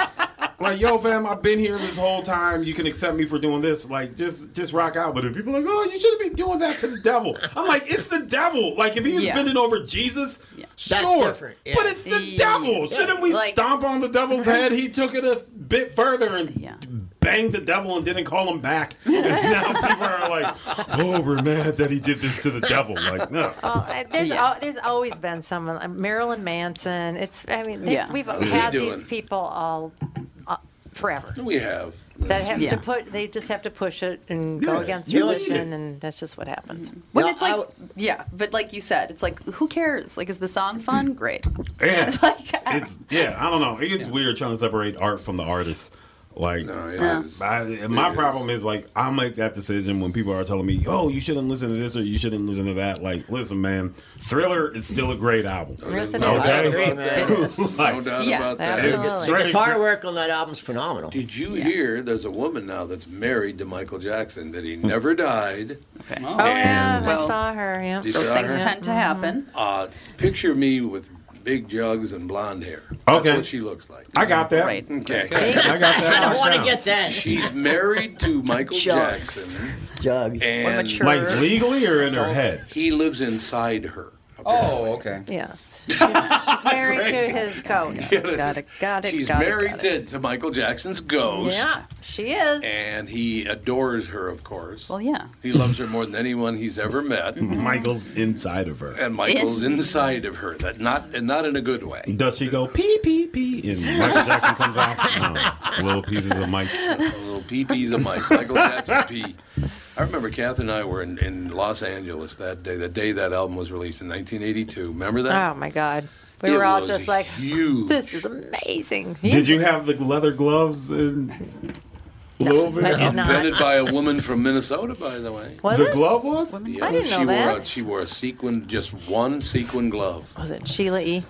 S6: like, yo, fam, I've been here this whole time. You can accept me for doing this. Like, just, just rock out. But if people are like, oh, you shouldn't be doing that to the devil. I'm like, it's the devil. Like, if he was
S3: Yeah.
S6: bending over Jesus,
S2: That's
S6: sure,
S2: different, yeah.
S6: but it's the
S3: Yeah.
S6: devil. Shouldn't we
S3: Like-
S6: stomp on the devil's head? He took it a bit further and
S3: Yeah.
S6: banged the devil and didn't call him back. And now people are like, oh, we're mad that he did this to the devil. Like, no.
S4: Well, I- there's al- there's always been someone like Marilyn Manson. It's I mean they,
S3: Yeah.
S4: we've
S1: he
S4: had
S1: doing?
S4: these people all uh, forever
S1: We have.
S4: that have
S3: Yeah.
S4: to put they just have to push it and go
S6: Yeah.
S4: against
S2: You don't need
S4: religion,
S2: it.
S4: and that's just what happens.
S3: Well,
S2: No,
S3: it's like,
S2: I w-
S3: yeah, but like you said, it's like, who cares? Like, is the song fun? Great. <laughs>
S6: Yeah.
S3: It's like, I
S6: it's yeah, I don't know. It gets weird trying to separate art from the artist. Like,
S1: No, yeah.
S6: I, and my problem is like I make that decision when people are telling me, "Oh, you shouldn't listen to this or you shouldn't listen to that." Like, listen, man, Thriller is still a great album.
S4: Yes, it
S1: Oh, No
S4: is.
S2: I
S1: doubt
S2: agree,
S1: about
S2: man.
S1: that.
S6: <laughs>
S2: <laughs>
S1: No doubt
S3: Yeah,
S1: about that.
S4: absolutely.
S6: It's
S2: The
S6: great.
S2: guitar work on that album's phenomenal.
S1: Did you hear there's a woman now that's married to Michael Jackson that he never died?
S5: Oh.
S4: Oh yeah,
S1: And-
S4: I
S3: Well,
S4: saw her. Yeah, Mm-hmm.
S1: you
S3: those
S1: saw
S3: things
S1: her?
S3: tend to happen.
S1: Uh, picture me with big jugs and blonde hair.
S6: Okay.
S1: That's what she looks like.
S6: I got that.
S3: Right.
S1: Okay.
S6: I got that.
S2: <laughs> I want to
S6: down.
S2: get that.
S1: She's married to Michael
S3: Jugs.
S1: Jackson,
S2: Jugs.
S1: and
S3: mature.
S6: Like legally or in her head?
S1: he lives inside her.
S5: Oh, okay.
S1: <laughs>
S4: yes. She's, she's married to his ghost.
S3: Got it, got it,
S1: She's
S3: got it,
S1: married
S3: got
S1: to, to Michael Jackson's ghost,
S4: Yeah, she is.
S1: and he adores her, of course.
S3: Well, yeah.
S1: He loves her more than anyone he's ever met,
S6: <laughs> Michael's inside of her.
S1: and Michael's inside of her. That not and not in a good way.
S6: Does she go pee pee pee and Michael Jackson comes out? No. Little pieces of Mike.
S1: A little pee-pees of Mike. Michael Jackson pee. I remember Catherine and I were in, in Los Angeles that day, the day that album was released in 1982. Remember
S4: Oh
S1: that?
S4: my God, we
S1: It
S4: were all
S1: was
S4: just like,
S1: huge.
S4: "This is amazing."
S6: Did you have the leather gloves and
S4: I
S6: Louisville?
S4: did
S1: <laughs>
S4: not.
S1: Invented by a woman from Minnesota, by the way.
S4: Was
S6: The
S4: it?
S6: glove was?
S1: Yeah,
S4: I didn't
S1: she
S4: know
S1: Wore a,
S4: that.
S1: she wore a sequin, just one sequin glove.
S4: Was it Sheila E.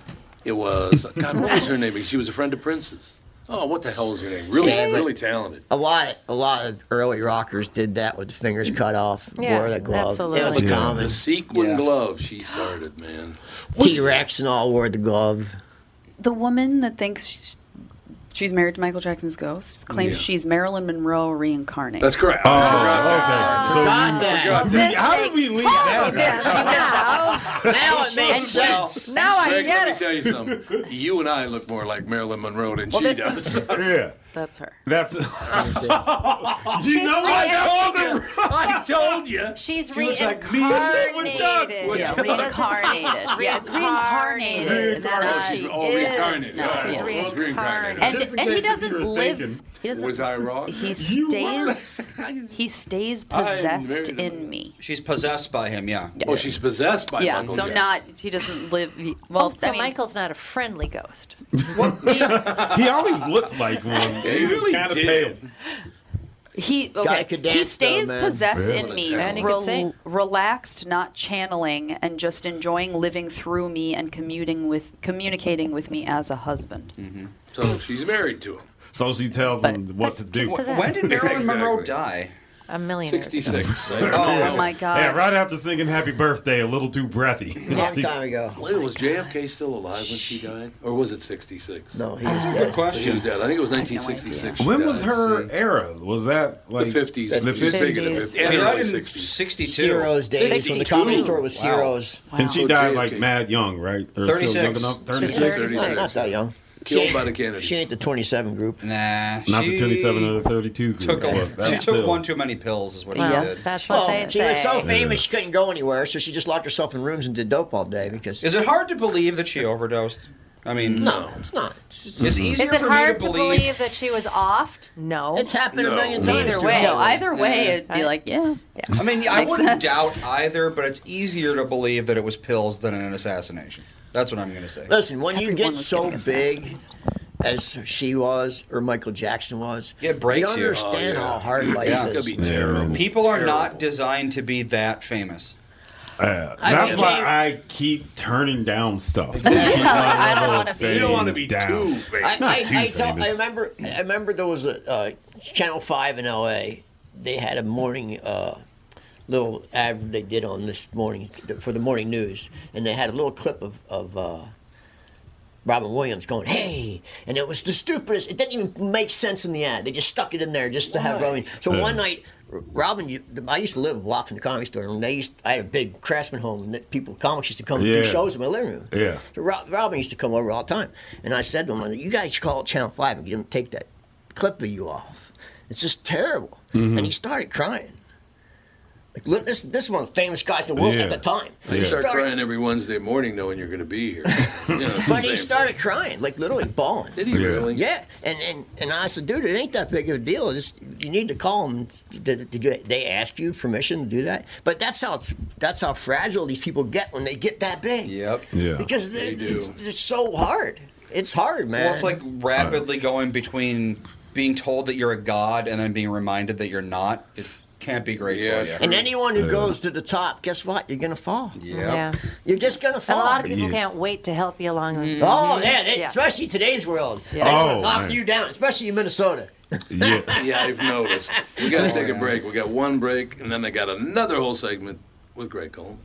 S1: It was God. What was her name? She was a friend of Prince's. Oh, what the hell was her name? Really,
S2: Yeah, but-
S1: really talented.
S2: A lot, a lot of early rockers did that with fingers cut off,
S4: Yeah,
S2: wore the glove. It was
S4: absolutely.
S1: The
S2: common.
S1: sequin
S5: Yeah.
S1: glove she started, man.
S2: T Rex and all wore the glove.
S3: The woman that thinks she's, She's married to Michael Jackson's ghost. Claims
S1: Yeah.
S3: she's Marilyn Monroe reincarnated.
S1: That's correct.
S6: Oh,
S1: I forgot that.
S6: okay. So
S2: Forgot
S6: you-
S2: that.
S6: how did we leave that?
S2: Now it makes
S3: Well,
S2: sense.
S4: Now I
S1: Greg, let me
S4: get it.
S1: tell you something. You and I look more like Marilyn Monroe than she
S3: this
S1: does.
S3: is
S6: <laughs> Yeah,
S3: that's her.
S1: <laughs>
S6: that's. you know what? I
S4: my
S6: told him.
S1: Oh, I told you.
S4: She's
S1: She looks like me.
S4: reincarnated.
S1: What
S3: Yeah,
S1: Yeah, <laughs>
S3: reincarnated. yeah, it's reincarnated. It's
S1: Reincarnated.
S3: not-
S1: She's- oh,
S3: it's
S1: reincarnated.
S3: not-
S1: Yeah.
S4: She's
S1: Well, it's
S4: reincarnated.
S1: reincarnated.
S3: And,
S6: Just in
S3: and he
S6: case you
S3: doesn't
S6: were
S3: live.
S6: thinking,
S3: he doesn't.
S1: Was I wrong?
S3: He
S6: You
S3: stays.
S1: <laughs>
S3: he stays possessed
S1: married to
S3: in
S1: him.
S3: me.
S5: She's possessed by him, yeah.
S1: Oh, she's possessed by
S3: Yeah,
S1: Michael
S3: so
S1: Jackson.
S3: not he doesn't live. He, well,
S4: Oh, So
S3: I mean,
S4: Michael's not a friendly ghost.
S6: <laughs> He always looked like one. He
S1: really
S6: was kind of pale.
S1: did.
S3: He
S2: Guy
S3: okay.
S2: could
S3: he
S2: dance,
S3: stays
S2: though, man.
S3: possessed
S1: Yeah.
S3: in me,
S1: Man,
S4: he could sing.
S3: relaxed, not channeling, and just enjoying living through me and commuting with, communicating with me as a husband.
S2: Mm-hmm.
S1: So she's married to him.
S6: So she tells him what to do.
S4: But-
S5: When did Marilyn Monroe
S1: Exactly.
S5: die?
S4: A
S6: <laughs>
S4: millionaire.
S1: 66.
S5: Oh.
S1: oh,
S3: Oh my God!
S6: Yeah, right after singing "Happy Birthday," a little too breathy.
S2: <laughs> Long
S6: <laughs>
S2: time ago.
S1: was JFK still alive when she died? Or was it 66?
S2: No, he was
S5: Good
S2: dead.
S1: She was
S5: question.
S1: dead. I think it was 1966. she
S6: when
S1: died.
S6: was her era? Was that
S1: The
S6: like
S1: 50s.
S6: The
S1: She's big in the 50s.
S6: 50s.
S1: And
S5: She died
S1: early
S5: in
S1: 60s.
S5: 62.
S2: Ciro's days when
S1: 62.
S2: the comedy store was
S5: Wow.
S2: Ciro's.
S6: And she
S1: Wow.
S6: died
S1: JFK.
S6: like mad young, right? Or
S5: 36.
S6: still young enough? Thirty-six.
S1: 36.
S2: Not, not that young.
S1: Killed
S2: She-
S1: by the Kennedy.
S2: She ain't the 27 group.
S5: Nah.
S6: Not
S5: she
S6: the twenty-seven or the thirty-two. group,
S5: Took
S6: but
S5: a,
S6: that's
S5: she took
S6: still-
S5: one too many pills, is what
S3: Well,
S5: she did.
S4: That's what
S2: Well,
S4: they
S2: she
S4: say.
S2: was so famous she couldn't go anywhere, so she just locked herself in rooms and did dope all day because.
S5: Is it hard to believe that she overdosed? I mean,
S2: no, it's not. It's, it's,
S5: It's easier
S4: Is it
S5: for
S4: hard
S5: me
S4: to
S5: to
S4: believe, that she was offed? No.
S2: it's happened
S1: No.
S2: a million
S1: Neither
S2: times.
S4: Either
S2: through
S4: way.
S2: all
S3: No,
S2: of it.
S3: either way,
S5: Yeah.
S3: it'd be like, yeah,
S5: I mean, I
S3: Makes
S5: wouldn't
S3: sense.
S5: doubt either, but it's easier to believe that it was pills than an assassination. That's what I'm going to say.
S2: Listen, when you
S3: Everyone
S2: get
S3: was
S2: so
S3: getting assassinated.
S2: big as she was or Michael Jackson was,
S5: Yeah, it breaks
S2: you
S5: you.
S2: understand
S1: Oh, yeah.
S2: how hard life
S5: Yeah.
S1: It's
S2: is.
S1: going to be terrible.
S5: People are
S1: Terrible.
S5: not designed to be that famous.
S6: Yeah.
S2: I
S6: That's
S2: mean,
S6: why
S2: Jay-
S6: Uh, I keep turning down stuff.
S3: <laughs> I don't want to
S1: You
S3: be.
S1: don't want to be
S6: Down.
S1: too big.
S2: I, I,
S6: too
S2: I, tell,
S6: famous.
S2: I remember. I remember there was a uh, Channel Five in L.A. They had a morning uh, little ad they did on this morning for the morning news, and they had a little clip of of. Uh, Robin Williams going, hey, and it was the stupidest. It didn't even make sense in the ad. They just stuck it in there just to have Robin. So
S6: Yeah.
S2: one night, R- Robin, you- I used to live a block from the comedy store, and they used, I had a big craftsman home, and that people, comics used to come
S6: Yeah.
S2: and do shows in my living room.
S6: Yeah.
S2: So Rob, Robin used to come over all the time, and I said to him, "You guys should call Channel Five and get them to take that clip of you off. It's just terrible." And he started crying. Like look, this this one of the famous guys in the world
S6: Yeah.
S2: at the time.
S1: You
S2: He
S1: start
S2: started,
S1: crying every Wednesday morning knowing you're going to be here. You <laughs> know, it's the
S2: but he
S1: same
S2: started
S1: thing.
S2: crying, like literally bawling.
S1: Did he
S6: Yeah.
S1: really?
S2: Yeah, and, and and I said, dude, it ain't that big of a deal. Just you need to call them. Did, did you- they ask you permission to do that? But that's how it's that's how fragile these people get when they get that big.
S5: Yep.
S6: Yeah.
S2: Because they,
S1: do.
S2: it's, it's so hard. It's hard, man.
S5: Well, it's like rapidly going between being told that you're a god and then being reminded that you're not. It can't be great
S1: Yeah,
S5: for you.
S1: true.
S2: and anyone who goes to the top, guess what? You're gonna fall.
S5: Yeah.
S4: Yeah.
S2: You're just gonna
S4: And
S2: fall.
S4: a lot of people
S6: Yeah.
S4: can't wait to help you along.
S1: Mm-hmm.
S4: the
S2: Oh yeah, they,
S4: Yeah.
S2: especially today's world.
S4: Yeah.
S2: They want
S6: Oh,
S2: to knock
S6: man.
S2: you down, especially in Minnesota.
S6: yeah.
S1: <laughs> Yeah, Oh, I've noticed. We got to take a break. We got one break, and then I got another whole segment with Greg Cole.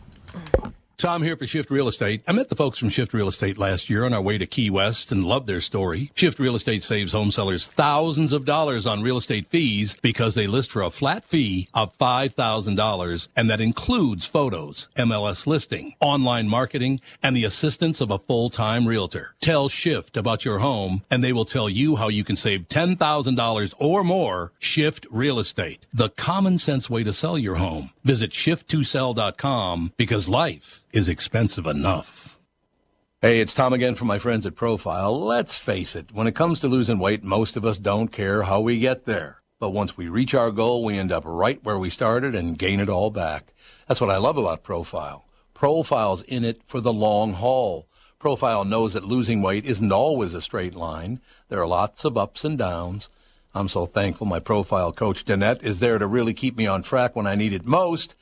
S1: Tom here for Shift Real Estate. I met the folks from Shift Real Estate last year on our way to Key West and loved their story. Shift Real Estate saves home sellers thousands of dollars on real estate fees because they list for a flat fee of $5,000 and that includes photos, MLS listing, online marketing, and the assistance of a full-time realtor. Tell Shift about your home and they will tell you how you can save $10,000 or more. Shift Real Estate, the common sense way to sell your home. Visit shift2sell.com because life is expensive enough. Hey, it's Tom again from my friends at Profile. Let's face it, when it comes to losing weight, most of us don't care how we get there. But once we reach our goal, we end up right where we started and gain it all back. That's what I love about Profile. Profile's in it for the long haul. Profile knows that losing weight isn't always a straight line. There are lots of ups and downs. I'm so thankful my profile coach, Danette, is there to really keep me on track when I need it most.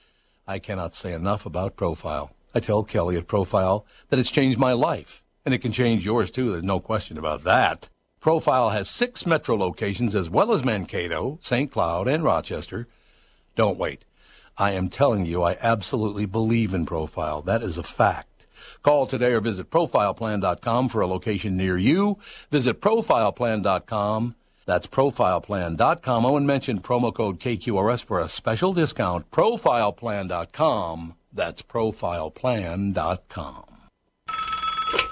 S1: I cannot say enough about Profile. I tell Kelly at Profile that it's changed my life, and it can change yours too. There's no question about that. Profile has six metro locations as well as Mankato, St. Cloud, and Rochester. Don't wait. I am telling you, I absolutely believe in Profile. That is a fact. Call today or visit profileplan.com for a location near you. Visit profileplan.com. That's profileplan.com. Owen mentioned Oh, promo code KQRS for a special discount. Profileplan.com. That's profileplan.com.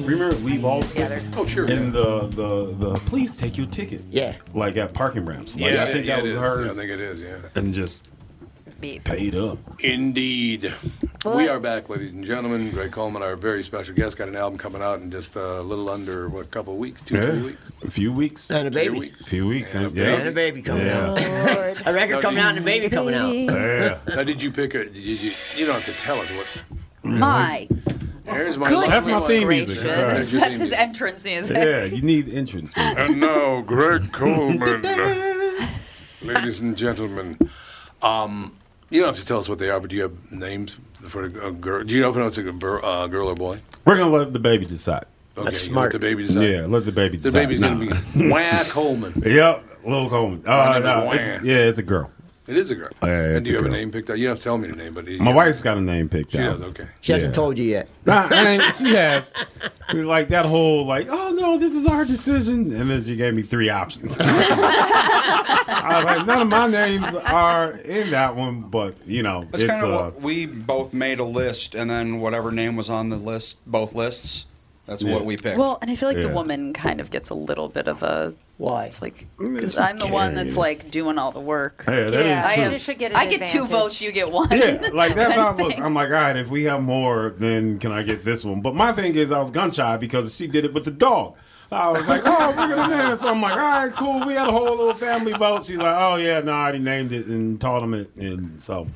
S6: Remember Lee Balsky?
S1: Oh, sure.
S6: And the, the, the please take your ticket.
S2: Yeah.
S6: Like at parking ramps. Like, I think that was hers.
S1: I think it is, yeah.
S6: and just
S4: Beep.
S6: paid up.
S9: Indeed.
S4: What?
S1: We are back, ladies and gentlemen. Greg Coleman, our very special guest, got an album coming out in just a little under what couple weeks, two, three weeks.
S6: A few weeks.
S2: And
S6: A
S2: a baby.
S6: few weeks. And,
S1: a
S2: And a baby coming
S6: Yeah.
S2: out.
S1: Oh,
S6: <laughs>
S4: Lord.
S2: A record
S1: No,
S2: coming
S1: do
S2: out and a baby coming out.
S6: yeah.
S1: Now, did you pick a? Did you, you don't have to tell us what.
S3: My
S1: There's my.
S3: goodness.
S6: That's my theme
S3: gracious.
S6: music. That's all right.
S3: That's,
S1: Your theme
S3: his
S1: music.
S3: entrance music.
S6: yeah, you need entrance music.
S1: And now, Greg Coleman. Ladies and gentlemen, um, you don't have to tell us what they are, but do you have names for a girl? Do you know if it's a gir- uh, girl or boy?
S6: We're going to let the baby decide.
S1: Okay,
S2: That's
S1: you let
S2: smart.
S1: the baby decide.
S6: Yeah, let the baby
S1: The
S6: decide.
S1: baby's
S6: Nah.
S1: going to be Wah
S6: <laughs>
S1: Coleman.
S6: Yep, Lil Coleman. Uh,
S1: name
S6: no,
S1: is
S6: it's-
S1: Wham.
S6: yeah, it's a girl.
S1: It is a girl.
S6: Oh, Yeah, it's
S1: and do you
S6: a
S1: have a
S6: girl.
S1: name picked out? You don't have to tell me the name, but
S6: My wife's got a name picked
S1: She
S6: out.
S1: does, okay.
S2: She hasn't
S6: Yeah.
S2: told you yet.
S6: Nah, and
S2: <laughs>
S6: she has like that whole like, oh no, this is our decision, and then she gave me three options. <laughs> I was like, none of my names are in that one, but you know,
S5: That's
S6: it's
S5: kind of
S6: uh,
S5: what we both made a list, and then whatever name was on the list, both lists. That's
S6: Yeah.
S5: what we picked.
S3: Well, and I feel like
S6: Yeah.
S3: the woman kind of gets a little bit of a.
S2: Why?
S3: It's like
S6: Mm, it's
S3: because
S6: just
S3: I'm the one that's
S6: Carrie.
S3: like doing all the work.
S6: yeah, that is
S4: Yeah, I
S6: true.
S4: am- You should get an
S3: I get two
S4: advantage.
S3: votes, you get one.
S6: Yeah, like
S3: <laughs>
S6: that's how it looks. I'm like, all right, if we have more, then can I get this one? But my thing is, I was gun shy because she did it with the dog. I was like, oh, we're gonna name it. So I'm like, all right, cool. We had a whole little family vote. She's like, oh yeah, no, I already named it and taught him it, and so,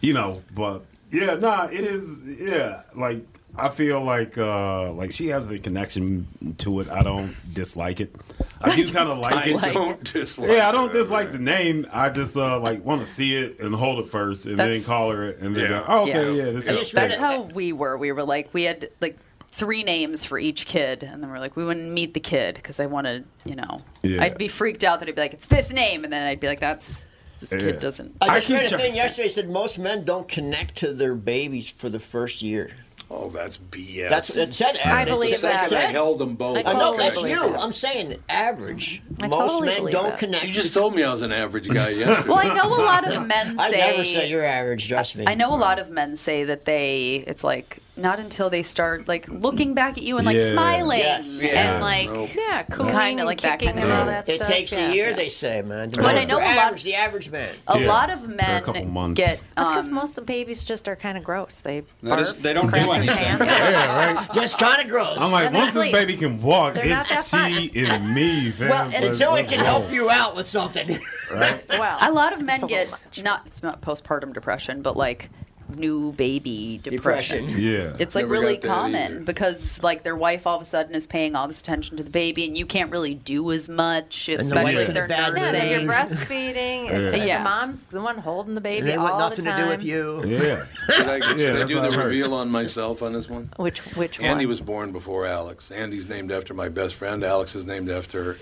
S6: you know, but yeah, nah, it is, yeah, like. I feel like uh like she has the connection to it. I don't dislike it. <laughs> I do kind of like it.
S3: Like-
S1: Don't dislike.
S6: Yeah, I don't
S1: her.
S6: dislike the name. I just uh, like want to see it and hold it first, and
S3: That's-
S6: then call her it, and then
S1: Yeah.
S6: go, oh, okay,
S3: Yeah.
S6: yeah, this
S2: I
S6: is
S2: just
S6: straight.
S2: read
S6: <laughs>
S3: That's how we were. We were like, we had like three names for each kid, and then we're like, we wouldn't meet the kid because I wanted, you know,
S6: Yeah.
S3: I'd be freaked out that I'd be like, it's this name, and then I'd be like, that's this
S6: Yeah.
S3: kid doesn't.
S2: I
S6: I
S2: just
S6: keep
S2: read a
S6: checking.
S2: thing yesterday said most men don't connect to their babies for the first year.
S1: Oh, that's BS.
S2: That's it said average.
S4: believe
S2: It said-
S4: that.
S2: it
S1: I
S2: said-
S1: held them both.
S4: I
S2: I know
S4: totally
S2: that's
S4: believe
S2: you.
S4: that.
S2: I'm saying average.
S4: I
S2: Most
S4: totally
S2: men
S4: believe
S2: don't
S4: that.
S2: connect.
S1: You just told me I was an average
S3: <laughs>
S1: guy yesterday.
S3: Well, I know a lot
S1: <laughs>
S3: of men
S2: I
S3: say.
S2: never said you're average, trust me.
S3: I know a lot of men say that they. It's like not until they start like looking back at you and like
S6: Yeah.
S3: smiling
S2: Yes.
S1: Yeah,
S3: and like.
S1: nope.
S4: Yeah, cool.
S3: Kinda like that
S4: kicking
S3: kind of
S4: and all
S6: thing.
S4: that
S2: It
S4: stuff.
S2: takes
S4: yeah.
S2: a year, they say, man. to
S3: But
S6: I
S2: be
S6: know
S2: the
S3: a lot-
S2: average, the average man.
S3: A
S6: Yeah.
S3: lot of
S6: couple
S3: men
S6: months.
S3: get
S4: That's because
S3: um,
S4: most of the babies just are kind of gross. They
S5: That is-
S4: barf,
S5: they don't do
S4: crap their
S5: anything.
S3: <laughs>
S4: pants.
S6: Yeah, right.
S2: Just kind of gross.
S6: I'm like,
S4: And they're
S6: once this
S4: asleep.
S6: baby can walk,
S4: They're not
S6: it's
S4: that
S6: she and me,
S3: <laughs>
S6: fam.
S3: Well, and
S6: Like,
S2: until it
S6: let's
S2: can
S6: go. <laughs>
S2: help you out with something. <laughs>
S6: Right?
S4: Well,
S3: A lot of men
S4: It's a
S3: get
S4: little much.
S3: not it's not postpartum depression, but like new baby depression.
S2: Depression.
S6: Yeah.
S3: It's like
S1: Never
S3: really
S1: got that
S3: common
S1: either.
S3: because like their wife all of a sudden is paying all this attention to the baby, and you can't really do as much,
S2: the
S3: especially
S2: wife's
S3: if
S2: in
S3: they're
S2: a bad
S4: yeah,
S3: nursing.
S4: then you're breastfeeding. It's,
S3: Yeah.
S4: The mom's the one holding the baby
S2: and they want
S4: all
S2: nothing
S4: the
S2: to
S4: time.
S2: do with you.
S6: yeah.
S1: Should I, should I
S6: that's
S1: do
S6: how
S1: the
S6: it works.
S1: reveal on myself on this one?
S4: Which which
S1: Andy
S4: one?
S1: was born before Alex. Andy's named after my best friend. Alex is named after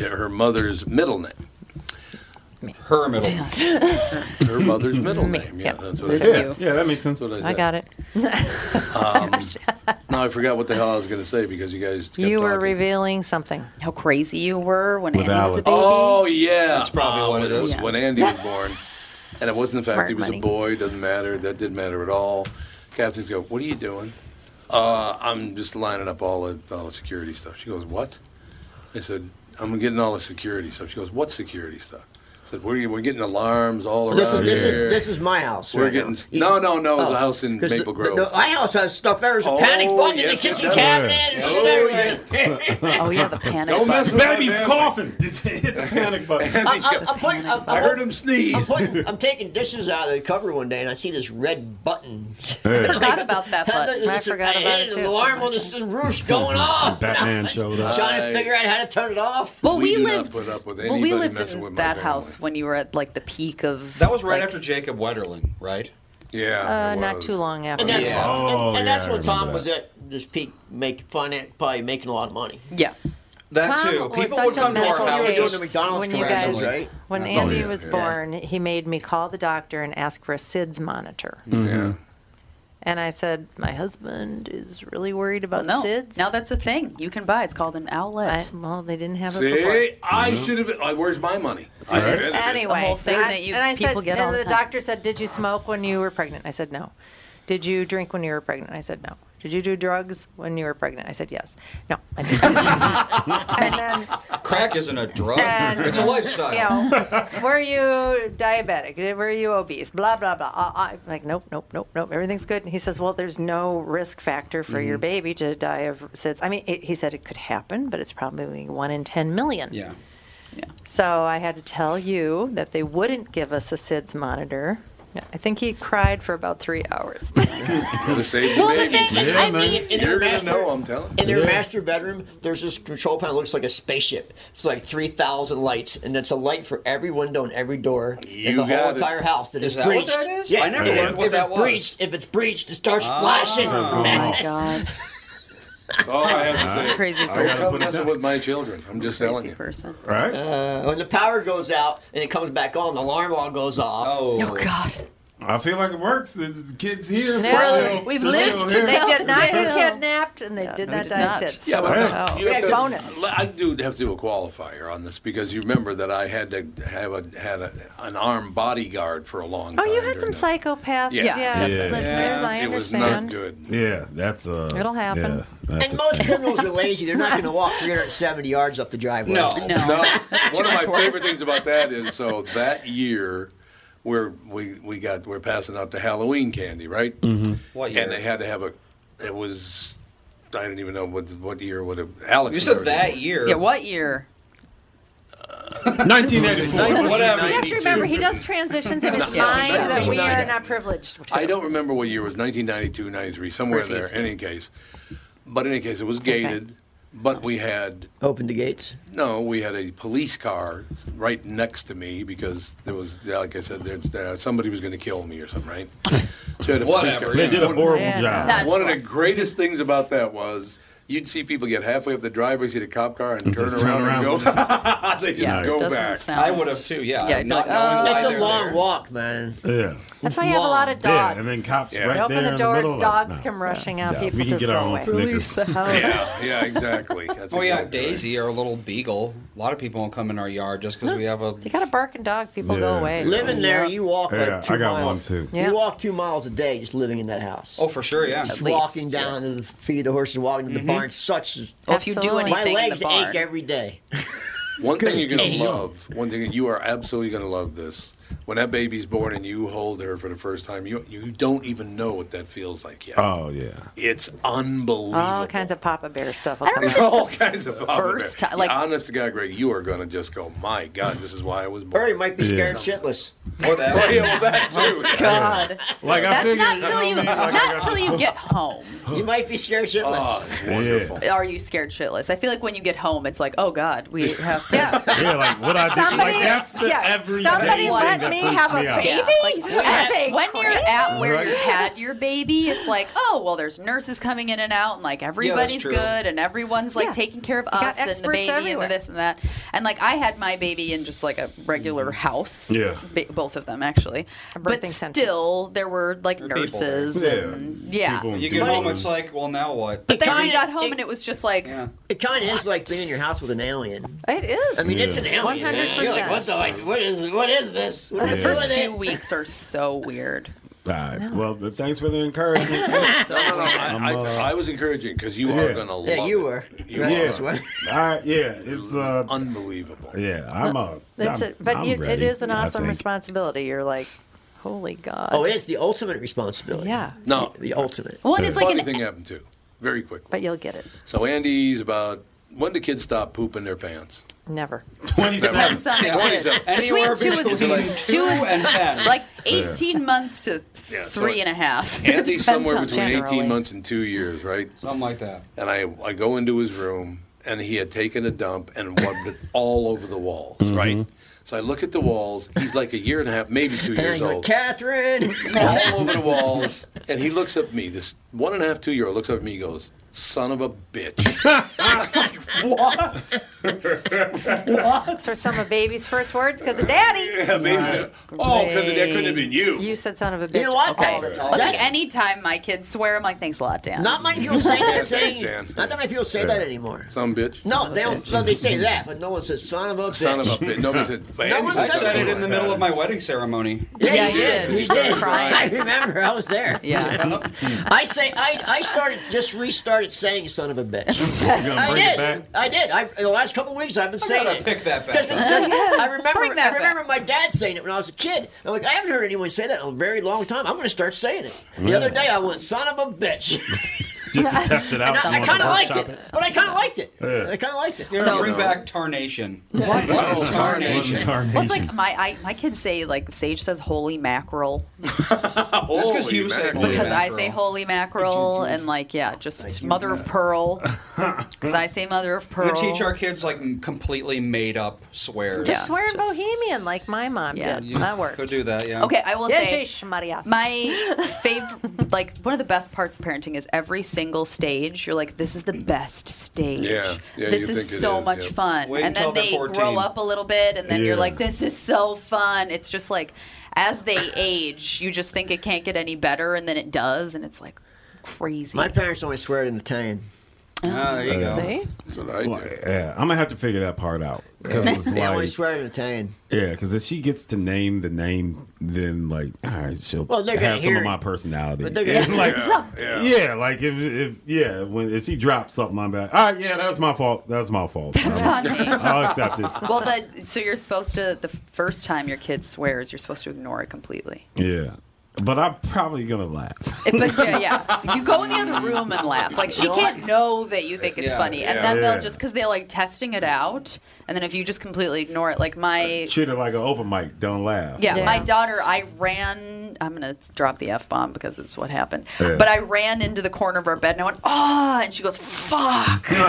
S1: her, her mother's middle name.
S4: me.
S5: Her middle.
S1: Her mother's middle name. Yeah, that's what I
S4: It's
S1: said.
S6: Yeah, that makes sense.
S1: That's what
S4: I got it. <laughs>
S1: Um, no, I forgot what the hell I was going to say because you guys. Kept
S4: You were
S1: talking.
S4: revealing something.
S3: How crazy you were when
S6: With
S3: Andy was a
S6: Alex.
S3: baby.
S1: Oh yeah,
S5: That's probably
S1: Uh, when-
S5: what it is.
S3: Yeah.
S1: When Andy was born, and it wasn't the fact
S3: Smart
S1: he was
S3: money.
S1: a boy. Doesn't matter. That didn't matter at all. Catherine's go, "What are you doing?" Uh, I'm just lining up all the all the security stuff. She goes, "What?" I said, "I'm getting all the security stuff." She goes, "What security stuff?" I said, "We're we're getting alarms all around
S2: This is, this
S1: here."
S2: is this is my house.
S1: We're
S2: right now.
S1: getting- no, no, no, it's a house in
S2: 'cause
S1: Maple
S2: the-
S1: Grove.
S2: the- my house has stuff. There was a
S1: Oh,
S2: panic button in the
S1: yes, it
S2: kitchen
S1: does.
S2: cabinet. and shit
S1: Oh,
S2: everywhere.
S1: yeah.
S3: Oh yeah, the panic.
S1: Don't mess with my
S6: Baby's
S1: family.
S6: coughing. <laughs> Did you hit the panic <laughs>
S2: <laughs>
S6: button?
S2: I, I, I'm putting, I'm,
S1: I
S2: I'm-
S1: heard him sneeze.
S2: I'm, putting, I'm taking dishes out of the cupboard one day, and I see this red button.
S3: <laughs> forgot <laughs> about that button.
S4: I forgot about it,
S2: An
S4: too.
S2: alarm on this roof's going <laughs> off.
S6: Batman showed up.
S2: Trying
S1: I-
S2: to figure out how to turn it off.
S3: Well,
S1: We
S3: we,
S1: do not
S3: lived.
S1: put up with
S3: well, we
S1: anybody
S3: lived
S1: messing
S3: in
S1: with my
S3: that
S1: family.
S3: house when you were at like the peak of.
S5: That was right
S3: like,
S5: after Jacob Wetterling, right?
S1: Yeah,
S4: Uh,
S1: it
S4: not
S1: was.
S4: too long after.
S2: And that's,
S5: Yeah.
S6: Oh,
S2: and, and that's
S6: yeah, I
S2: when Tom
S6: remember
S2: was at this peak, make fun at probably making a lot of money.
S3: Yeah.
S5: That
S4: Tom
S5: too.
S4: was
S5: People
S4: such
S5: would
S4: a
S5: come to
S4: mental
S5: our
S2: You were doing
S5: house.
S2: the
S4: ace
S2: McDonald's
S4: when you
S2: commercials,
S4: guys,
S2: right?
S4: when
S1: Oh,
S4: Andy
S1: yeah,
S4: was
S1: yeah.
S4: born, he made me call the doctor and ask for a SIDS monitor.
S1: Yeah.
S4: And I said, my husband is really worried about
S3: Oh, No.
S4: SIDS.
S3: Now that's a thing you can buy. It's called an
S4: I,
S3: outlet.
S4: well, they didn't have it before.
S1: See, I
S6: Mm-hmm.
S1: should have. Uh, where's my money? I
S3: It's-
S1: invented it.
S4: anyway,
S3: whole thing that you-
S4: and I
S3: people
S4: said,
S3: get
S4: and
S3: all the time.
S4: doctor said, "Did you smoke when you were pregnant?" I said, "No." Did you drink when you were pregnant? I said, "No." Did you do drugs when you were pregnant? I said, "Yes." No,
S3: <laughs>
S4: I didn't. and then,
S5: Crack isn't a drug.
S4: And-
S5: it's a lifestyle.
S4: you know, were you diabetic? Were you obese? Blah blah blah. Uh, I, I'm like, nope, nope, nope, nope. Everything's good. And he says, well, there's no risk factor for
S1: Mm-hmm.
S4: your baby to die of SIDS. I mean, it, he said it could happen, but it's probably one in ten million.
S5: Yeah.
S4: So I had to tell you that they wouldn't give us a SIDS monitor. I think he cried for about three hours.
S1: Gotta save the
S3: Well, the
S1: baby.
S3: thing is,
S6: Yeah,
S3: I
S6: man.
S3: mean,
S2: In
S1: You're
S2: their
S1: gonna
S2: master-
S1: know. I'm telling.
S2: In their
S6: Yeah.
S2: master bedroom, there's this control panel that looks like a spaceship. It's like 3,000 lights, and it's a light for every window and every door
S1: You
S2: in the
S1: got
S2: whole
S1: it.
S2: entire house that is,
S5: Is that what
S2: breached.
S5: that is?
S2: Yeah,
S5: I never
S2: if,
S5: learned what
S2: if
S5: that
S2: it
S5: was.
S2: breached, if it's breached, it starts flashing.
S3: oh my god,
S1: That's all I have to say.
S3: crazy
S1: I
S3: person.
S1: am messing with my children. I'm just telling
S3: Crazy
S1: you.
S3: person.
S6: All right.
S2: Uh, When the power goes out and it comes back on, the alarm all goes off.
S5: Oh.
S3: Oh god.
S6: I feel like it works. It's kids here.
S4: No,
S3: we've
S6: They're
S3: lived
S6: still
S3: to
S6: here.
S4: they
S3: tell-
S4: did not get
S3: Yeah.
S4: kidnapped and they did
S3: no, we
S4: not
S3: did
S4: die
S3: not.
S4: of SIDS.
S1: Yeah, but
S6: Wow.
S1: Oh, you have
S4: Yeah,
S1: to-
S4: bonus.
S1: I do have to do a qualifier on this because you remember that I had to have a had a, an armed bodyguard for a long
S4: Oh,
S1: time.
S4: you had some
S1: during that.
S4: psychopaths,
S1: Yeah.
S4: yeah,
S6: Yeah.
S4: listeners. I
S1: It was
S4: understand.
S1: not good.
S6: Yeah, that's uh.
S4: It'll happen.
S6: Yeah, that's
S2: And
S6: a-
S2: most criminals are lazy. They're not going to walk 370 yards up the driveway.
S5: No.
S3: No.
S1: No,
S5: <laughs>
S1: one of my favorite things about that is so that year, where we we got we're passing out the Halloween candy, right? Mm-hmm.
S5: What year?
S1: And they had to have a. It was I didn't even know what what year would have Alex.
S5: you
S1: was
S5: said
S1: already
S5: that
S1: born.
S5: year.
S1: <laughs>
S3: Yeah. What year?
S6: 1984.
S5: Whatever.
S4: You have to remember, he does transitions in his mind
S3: yeah.
S4: that we
S1: Yeah.
S4: are not privileged. To.
S1: I don't remember what year it was 1992, 93, somewhere in there.
S3: Perfect.
S1: In any case, but in any case, it was gated. But we had
S2: Open the gates.
S1: No, we had a police car right next to me because there was, yeah, like I said, there's there, uh, somebody was going to kill me or something, right? So we had a police
S5: Whatever,
S1: car.
S6: They did a
S1: One-
S6: horrible
S4: Yeah.
S6: job.
S3: That-
S1: One of the greatest things about that was you'd see people get halfway up the driveway, see the cop car, and turn
S6: just turn
S1: around, and go. <laughs>
S6: <laughs>
S1: they just
S3: Yeah.
S1: go
S3: doesn't
S1: back.
S3: sound.
S5: I would have too. Yeah.
S3: Yeah,
S5: Not
S3: no,
S5: knowing
S1: "Oh,
S3: uh,
S5: why
S2: That's Oh, a
S5: they're
S2: long
S5: there.
S2: walk, man.
S6: Yeah.
S4: That's why you have a lot of
S6: Yeah,
S4: dogs.
S6: and then cops
S1: Yeah.
S6: right
S4: You open
S6: there
S4: the
S6: in
S4: door,
S6: middle of it.
S4: dogs
S6: No.
S4: come rushing out.
S6: Yeah,
S4: People
S6: we can
S4: just
S6: get
S4: go
S6: our own
S4: away.
S6: Snickers.
S1: <laughs>
S5: <laughs>
S1: Yeah, yeah, exactly. That's
S5: Oh
S1: exactly
S5: yeah,
S1: right.
S5: Daisy, our little beagle. A lot of people won't come in our yard just because we have a.
S4: You got a barking dog, people go
S6: Yeah.
S4: away.
S2: Living there, you walk
S6: Yeah,
S2: like two
S6: I got
S2: miles.
S6: one, too.
S4: Yeah.
S2: You walk two miles a day just living in that house.
S5: Oh, for sure, yeah. Mm-hmm.
S2: just
S3: at least,
S2: walking down to the feed the horses, walking to the barn. Such as
S3: Well, if you do
S4: Absolutely.
S3: anything
S2: my legs
S3: in the barn,
S2: ache every day.
S1: One thing you're gonna
S2: Hey, yo.
S1: love. One thing you are absolutely gonna love this. When that baby's born and you hold her for the first time, you you don't even know what that feels like yet.
S6: Oh yeah.
S1: It's unbelievable.
S2: Uh,
S1: <laughs>
S4: All kinds of Papa Bear stuff. will
S3: I don't
S4: come out.
S1: all <laughs> kinds of
S3: first ti- like-
S1: like honest to God, Greg, you are gonna just go, my God, this is why I was born.
S2: Or he might be scared shitless.
S5: Or that.
S1: Oh, yeah, well, that too.
S3: God.
S6: Like I
S3: That's
S6: figured.
S3: not till you
S6: know what I mean? Like, I
S3: not
S6: got-
S3: till you get home.
S2: You might be scared shitless.
S1: Oh, it's wonderful.
S3: Are you scared shitless? I feel like when you get home, it's like, oh God, we have to.
S4: Yeah.
S6: Yeah, like what I did. Like
S4: Somebody-
S6: that's the
S4: yeah,
S6: everyday.
S4: somebody
S3: let
S4: let me have a baby?
S3: At-
S4: Are they
S3: when you're at where
S6: Right.
S3: you had your baby, it's like, oh well, there's nurses coming in and out, and like everybody's
S5: true.
S3: good, and everyone's like
S4: Yeah.
S3: taking care of
S4: got
S3: us and the
S4: experts
S3: baby
S4: everywhere.
S3: and this and that. And like I had my baby in just like a regular house,
S6: Mm. Yeah.
S3: ba- both of them actually.
S4: A
S3: But
S4: birthing center.
S3: still, there were like
S5: people there.
S3: nurses and yeah.
S6: People
S5: You
S6: do
S5: get home,
S6: things.
S5: it's like, well, now what?
S3: But then we
S2: Kinda-
S3: got home
S2: it-
S3: and it was just like,
S5: Yeah.
S2: It kind of is like being in your house with an alien.
S4: It is.
S2: I mean, it's an alien. man. You're like,
S4: 100%.
S2: what the? Like, what is? What is this? What
S6: The
S2: is
S6: first
S2: it?
S3: two weeks are so weird.
S6: All right. Well, th- thanks for the encouragement. uh, All
S3: So weird.
S1: I, I, I was encouraging because you are
S6: Yeah.
S1: going to love
S2: Yeah, you
S1: it.
S2: were.
S1: You
S2: Right,
S1: are.
S2: that's what-
S6: right. Yeah. It's uh.
S1: Unbelievable.
S6: Yeah. I'm a.
S4: It's
S6: I'm-
S4: a, but
S6: I'm
S4: you, it
S6: ready,
S4: is an
S6: I
S4: awesome
S6: think.
S4: responsibility. You're like, holy God.
S2: Oh, it is the ultimate responsibility.
S4: Yeah.
S1: No,
S2: The ultimate.
S3: Well, and it's like
S1: funny
S3: an
S1: thing happened too, very quickly.
S4: But you'll get it.
S1: So Andy's about when do kids stop pooping their pants?
S4: Never.
S6: <laughs>
S3: <laughs>
S6: Twenty-seven.
S3: depends on the
S5: Yeah.
S3: kid.
S1: Twenty-seven.
S5: Anywhere
S3: Between two
S5: between
S3: and
S5: two,
S1: like
S3: two- <laughs>
S5: and ten.
S3: like 18 months to
S1: Yeah, so
S3: three and a half.
S1: <laughs>
S3: It
S1: Andy's
S3: <laughs> depends
S1: somewhere
S3: on-
S1: between
S4: Generally.
S1: eighteen months and two years, right?
S5: Something like that.
S1: And I I go into his room and he had taken a dump and rubbed it all over the walls,
S3: Mm-hmm.
S1: right? So I look at the walls. He's like a year and a half, maybe
S3: <laughs>
S1: two
S2: And
S1: years
S2: you're like,
S1: old.
S2: Catherine.
S1: all over the walls. And he looks up at me, this one and a half, two year old looks up at me and goes, Son of a bitch.
S4: So some of baby's first words because of daddy.
S1: Yeah, baby. Oh, because that couldn't have been you.
S4: You said son of a bitch.
S2: You know what?
S4: Okay.
S2: That's,
S3: But
S2: that's
S3: like any time my kids swear, I'm like, thanks a lot, Dan.
S2: not my people
S3: <laughs>
S2: say that.
S1: That's it,
S2: Saying,
S1: Dan.
S2: not that my people say that anymore.
S1: Some bitch.
S2: No, they don't. No, they say that, but no one says son of a bitch.
S1: Son of a bitch. Nobody said,
S2: No one
S5: I
S2: said
S5: said it
S2: it.
S5: in the middle of my wedding ceremony.
S2: Yeah,
S3: Yeah,
S2: you
S3: you
S2: did.
S3: did.
S2: You
S3: started
S2: did.
S3: crying.
S2: I remember. I was <laughs> there.
S3: yeah.
S2: I say I, I started just restarted saying "son of a bitch."
S6: You gonna
S2: I
S6: bring it
S2: did.
S6: back?
S2: I did. I, the last couple weeks I've been saying
S5: gotta
S2: it.
S5: pick that back
S2: <laughs> 'Cause-
S5: up.
S2: 'cause I
S3: Bring
S2: remember.
S3: that
S2: I remember my dad saying it when I was a kid. I'm like, I haven't heard anyone say that in a very long time. I'm going to start saying it. The other day I went "son of a bitch."
S6: Just to test it out.
S2: And
S6: You
S2: I,
S6: want
S2: kind
S6: to
S2: of liked
S6: workshop
S2: it, but I kind of liked it.
S6: Yeah.
S2: I kind of liked it.
S5: You're gonna
S3: No,
S5: bring
S1: no.
S5: back tarnation.
S1: What is
S5: tarnation?
S3: Well, it's like my I, my kids say like Sage says holy mackerel
S5: That's because Oh, you say
S1: mackerel.
S5: holy
S3: because I
S5: mackerel.
S3: say holy mackerel and like yeah just mother of
S5: <laughs>
S3: pearl because I say mother of
S5: We
S3: pearl.
S5: teach our kids like completely made up swears.
S4: Just
S3: Yeah.
S4: swear in
S3: Just-
S4: Bohemian like my mom
S3: Yeah.
S4: did.
S5: You
S4: That worked.
S5: Could do that, yeah.
S3: okay, I will
S4: Yeah,
S3: say
S4: Jeesh, Maria.
S3: My favorite, like one of the best parts of parenting is every single stage. You're like, this is the best stage.
S1: Yeah. Yeah,
S3: this
S1: you
S3: is
S1: think it
S3: so
S1: is,
S3: much
S1: yeah.
S3: fun.
S5: Wait
S3: and then
S5: until they're
S3: they
S5: 14.
S3: grow up a little bit, and then you're
S6: Yeah.
S3: like, this is so fun. It's just like, as they age, you just think it can't get any better, and then it does, and it's like crazy.
S2: My parents only swear in Italian.
S5: Ah, there you
S6: Oh,
S5: go.
S4: See?
S1: That's what I
S6: Well,
S1: do.
S6: yeah, I'm gonna have to figure that part out. 'Cause it's
S2: <laughs> They only
S6: like-
S2: swear in Italian.
S6: Yeah, because if she gets to name the name, then like, all right, she'll
S2: Well, they're gonna
S6: have some
S2: hear
S6: of
S2: it.
S6: my personality. <laughs>
S2: But they're gonna-
S6: And, like,
S1: Yeah, yeah.
S6: <laughs> yeah, like if, if yeah, when if she drops something, I'm like, all right, yeah, that's my fault. That's my fault.
S3: It's
S6: I'm-
S3: on
S1: <laughs>
S6: <laughs>
S3: me.
S6: I'll accept it.
S3: well, the, so you're supposed to, the first time your kid swears, you're supposed to ignore it completely.
S6: Yeah, but I'm probably gonna <laughs> laugh.
S3: But yeah, yeah, you go in the other room and laugh. Like she can't know that you think it's
S5: Yeah,
S3: funny, and
S1: yeah.
S3: then
S6: Yeah.
S3: they'll just because they like testing it out, and then if you just completely ignore it, like my
S6: Treat it like an open mic. Don't laugh.
S3: yeah, my
S4: Yeah.
S3: daughter, I ran. I'm gonna drop the f bomb because it's what happened.
S6: Yeah.
S3: But I ran into the corner of our bed and I went ah, and she goes fuck, <laughs> and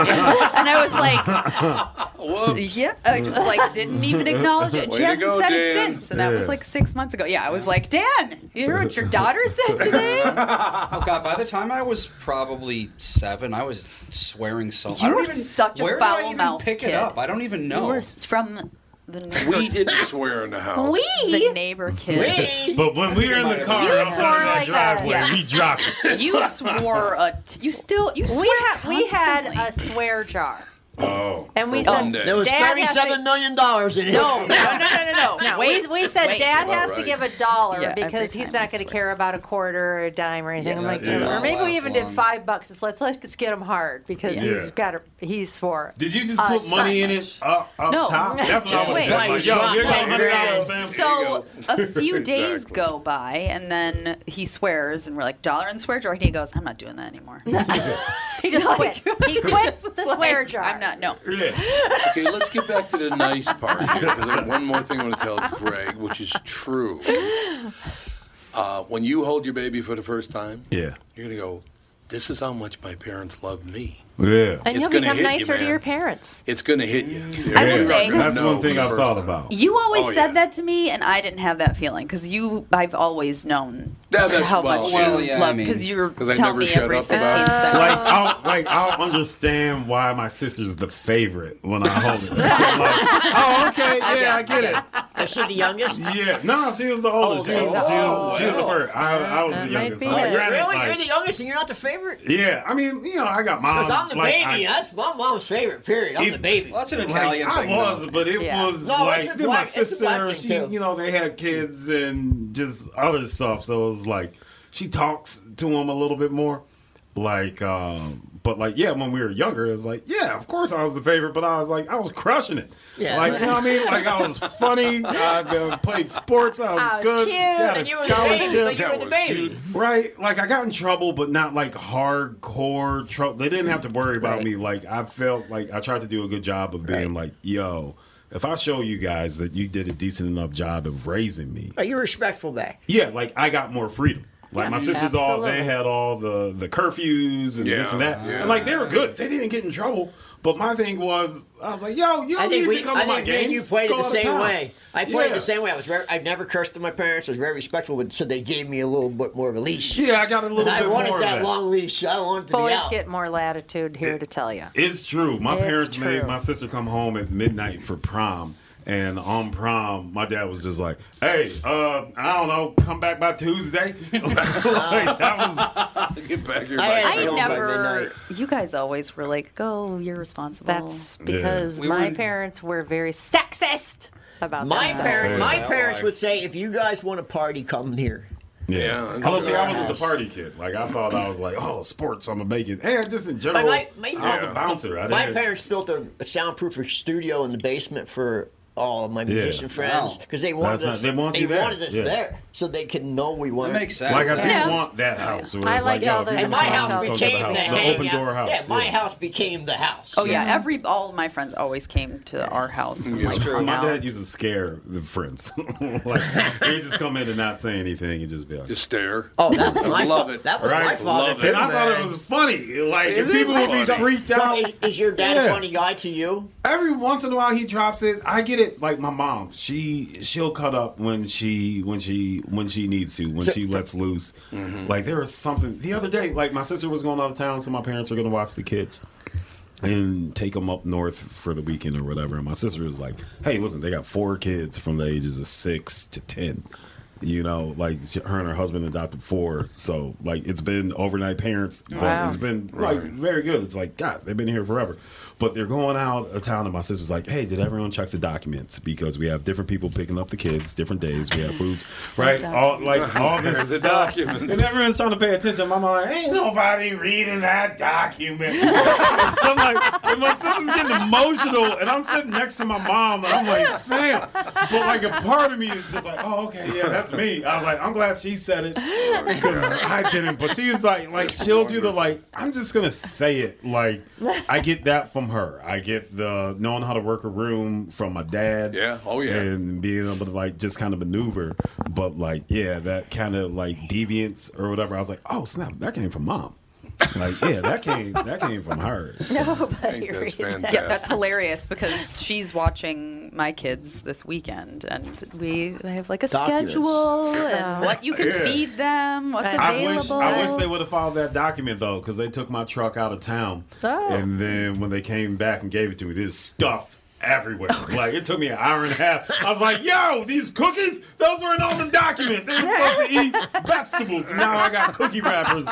S3: I was like
S1: Whoops.
S3: yeah, I just like didn't even acknowledge it. And
S1: Way
S3: she
S1: to
S3: hasn't
S1: go,
S3: said it
S1: Dan.
S3: since, and that
S6: Yeah.
S3: was like six months ago. Yeah, I was like Dan, you heard what your daughter said
S1: <laughs>
S3: today.
S5: Oh god, by the time I was probably seven, I was swearing so I
S3: You
S5: don't
S3: were
S5: even,
S3: such a
S5: where do I even
S3: foul-mouthed
S5: pick
S3: kid.
S5: it up? I don't even know.
S3: You were s- from the
S1: We didn't swear in the house.
S3: the neighbor kid.
S6: But when we were in the car, outside
S4: swore
S6: that
S4: like that.
S6: driveway,
S3: Yeah.
S6: we dropped it.
S3: <laughs>
S6: <laughs>
S3: You swore a. T- you still. You swear
S4: We had we had a
S3: constantly.
S4: swear jar.
S6: Oh,
S4: And we
S1: For
S4: said
S1: one day.
S2: There was
S4: Dad has
S2: thirty-seven million dollars Oh, <laughs> in it.
S4: No,
S3: No, no, no, no, no.
S4: No,
S3: wait,
S4: we, we
S3: just
S4: said
S3: wait.
S4: dad
S1: All
S4: has to
S1: right.
S4: give a dollar
S3: Yeah, every
S4: because he's
S3: time
S4: not
S3: he
S4: going to
S3: swears.
S4: care about a quarter or a dime or anything. I'm like,
S5: that
S4: or
S5: doesn't
S4: maybe we
S5: last
S4: even did
S5: long.
S4: five bucks. It's let's let's get him hard because
S6: Yeah.
S4: he's got a, he swore.
S6: did you just
S4: Uh,
S6: put money in it
S3: much.
S6: up, up
S3: No,
S6: top? That's what
S3: just
S6: I would
S3: wait.
S6: Like,
S2: Like,
S6: yo,
S2: drop
S6: here's
S2: ten
S6: $100,
S2: grand.
S6: fam.
S3: So
S1: <laughs>
S3: a few days
S1: Exactly.
S3: go by, and then he swears, and we're like dollar and swear jar. And he goes, "I'm not doing that
S4: <laughs>
S3: anymore." <laughs>
S4: He just quit. He quit the swear
S3: Like,
S4: jar.
S3: I'm not. No.
S6: Yeah.
S1: Okay, let's get back to the nice part here. 'cause I have one more thing I want to tell Greg, which is true. Uh, when you hold your baby for the first time,
S6: <laughs> Yeah.
S1: you're gonna go, this is how much my parents love me.
S6: Yeah.
S4: And
S1: It's
S4: you'll
S1: gonna hit
S4: become
S1: you,
S4: nicer to
S1: man.
S4: your parents.
S1: It's going to hit you.
S3: I will say-
S6: Mm, That's one thing I've thought about.
S3: You always
S1: Oh,
S3: said
S1: yeah.
S3: that to me, and I didn't have that feeling because you. I've always known
S1: Yeah, that's-
S3: how
S1: well,
S3: much
S1: well,
S3: you
S1: yeah, I
S3: love
S1: mean,
S3: because you're
S1: 'cause I
S3: telling
S1: never
S3: me
S1: shut
S3: every
S1: up
S3: 15
S1: about it.
S3: seconds.
S6: Like I'll like I'll understand why my sister's the favorite when I hold
S3: <laughs>
S6: it. I'm like, oh, okay, yeah, I get it.
S2: Is she the youngest?
S6: Yeah, no, she was the oldest.
S2: Okay.
S6: She, was, she was-
S2: Oh,
S6: she was the
S2: yeah.
S6: first. I, I was the youngest.
S4: be
S6: I'm like,
S4: it.
S6: granted,
S2: really?
S6: like-
S2: You're the youngest and you're not the favorite?
S6: yeah, I mean, you know, I got mom.
S2: Because I'm the
S6: like,
S2: baby.
S6: I,
S2: That's my mom's favorite, period. I'm
S6: It-
S2: the baby.
S5: Well, that's an
S6: like,
S5: Italian
S6: I
S5: thing.
S6: was,
S5: though.
S6: but it
S4: Yeah.
S6: was
S2: No,
S6: like
S2: it's a
S6: then my
S2: black- it's a
S6: sister.
S2: black thing,
S6: She,
S2: too.
S6: you know, they had kids and just other stuff. So it was like she talks to him a little bit more. Like, um, but like, yeah, when we were younger, it was like, yeah, of course I was the favorite, but I was like, I was crushing it.
S2: Yeah.
S6: Like, you know what I mean? Like, I was funny.
S2: <laughs>
S6: I uh, played sports. I was,
S4: I was
S6: good.
S4: cute.
S6: got a
S2: And you were the baby,
S6: scholarship.
S2: but you were the baby.
S6: Right, like I got in trouble, but not like hardcore trouble. They didn't have to worry about me. Like I felt like I tried to do a good job of being like, yo, if I show you guys that you did a decent enough job of raising me,
S2: Are you respectful back?
S6: yeah, like I got more freedom. Like my sisters all they had all the the curfews and this
S1: Yeah,
S6: and that,
S1: yeah.
S6: and like they were good. They didn't get in trouble. But my thing was, I was like, yo, you
S2: I
S6: don't
S2: think
S6: need
S2: we,
S6: to come
S2: I
S6: to my
S2: think me and
S6: games.
S2: you played it
S6: Go
S2: the
S6: all the
S2: same
S6: time."
S2: way. I played it
S6: Yeah.
S2: the same way. I was very, I never cursed to my parents. I was very respectful, with, so they gave me a little bit more of a leash.
S6: Yeah, I got a little
S2: And
S6: bit
S2: I wanted
S6: more
S2: that,
S6: of that
S2: long leash. I wanted to be
S4: Boys
S2: out.
S4: get more latitude here to tell you.
S6: It's true. My
S4: It's
S6: parents
S4: true.
S6: made my sister come home at midnight for prom. And on prom, my dad was just like, "Hey, uh, I don't know, come back by Tuesday." <laughs> Like, that
S1: Get back here.
S2: I
S1: Mike.
S2: had
S3: I
S2: Go Oh, by
S3: never.
S2: midnight.
S3: You guys always were like, "Go, you're responsible."
S4: That's because
S5: We
S4: my
S5: were-
S4: parents were very sexist about
S2: My
S4: that stuff.
S2: parent, my
S5: Yeah.
S2: parents would say, if you guys want a party, come here.
S6: was
S1: Yeah.
S6: Although, see, I wasn't the party kid. Like I thought, I was like, "Oh, sports, I'm gonna make it." And just in general,
S2: my- my-
S6: I was a bouncer. I
S2: My
S6: didn't-
S2: parents built a, a soundproof studio in the basement for all of my musician friends
S5: Wow.
S2: because they wanted
S6: That's
S2: us.
S6: not- they want you there.
S2: wanted us
S6: Yeah.
S2: there so they could know we wanted.
S5: That makes sense.
S6: Like I didn't
S3: Yeah.
S6: want that house. Where it
S4: I
S6: was
S4: like
S6: like, yo,
S4: how
S6: if
S4: they're
S6: you're
S2: And
S6: gonna
S2: my
S6: come
S2: house
S6: out, come to
S2: became the,
S6: house. the
S2: hangout.
S6: open door house.
S2: Yeah, my
S6: yeah.
S2: house became the house.
S3: Oh yeah, every all of my friends always came to our
S1: Mm,
S3: house. and, like,
S5: true.
S3: hung
S6: My
S3: out.
S6: dad used to scare the friends. <laughs> like he just come in and not say anything and just be like.
S1: Just stare.
S2: Oh, that was
S1: I
S2: my
S1: love
S2: fa-
S1: it.
S2: That was
S6: Right.
S2: my father
S1: Love
S2: too,
S1: it.
S6: and I thought
S2: man.
S6: it was funny. Like
S1: It
S6: if
S1: is
S6: people would be
S1: funny.
S6: freaked
S2: So,
S6: out.
S4: <laughs>
S2: is, is your dad
S6: Yeah.
S2: a funny guy to you?
S6: Every once in a while, he drops it. I get it. Like my mom, she she'll cut up when she when she when she needs to when
S2: So-
S6: she lets loose. Like there was something the other day. Like my sister was going out of town, so my parents were going to watch the kids and take them up north for the weekend or whatever. And my sister was like, "Hey, listen, they got four kids from the ages of six to ten. You know, like she- her and her husband adopted four, so like it's been overnight parents, but
S4: Wow.
S6: it's been like very good. It's like God, they've been here forever." But they're going out of town, and my sister's like, "Hey, did everyone check the documents? Because we have different people picking up the kids, different days. We have foods, right?
S1: <laughs>
S6: All like all this
S1: the
S6: stuff.
S1: documents.
S6: And everyone's trying to pay attention. My mom like, ain't <laughs> nobody reading that document. <laughs> I'm like, and my sister's getting emotional, and I'm sitting next to my mom, and I'm like, fam. But like a part of me is just like, oh, okay, yeah, that's me. I was like, I'm glad she said it because I didn't. But she was like, like she'll do the like, I'm just gonna say it. Like, I get that from her. I get the knowing how to work a room from my dad
S1: Yeah. Oh, yeah.
S6: and being able to like just kind of maneuver. But like, yeah, that kind of like deviance or whatever. I was like, oh snap, that came from mom. Like, yeah, that came that came from her.
S3: <laughs>
S1: I think that's fantastic.
S3: Yeah, that's hilarious because she's watching my kids this weekend, and we have like a
S2: Documents. <laughs>
S3: schedule and what you can
S6: Yeah.
S3: feed them, what's
S6: I wish
S3: available.
S6: I wish they would have filed that document though, because they took my truck out of town,
S4: Oh.
S6: and then when they came back and gave it to me, there's stuff everywhere. Like it took me an hour and a half. I was like, "Yo, these cookies, those weren't on the document. They were
S4: <laughs>
S6: supposed to eat vegetables. Now I got cookie wrappers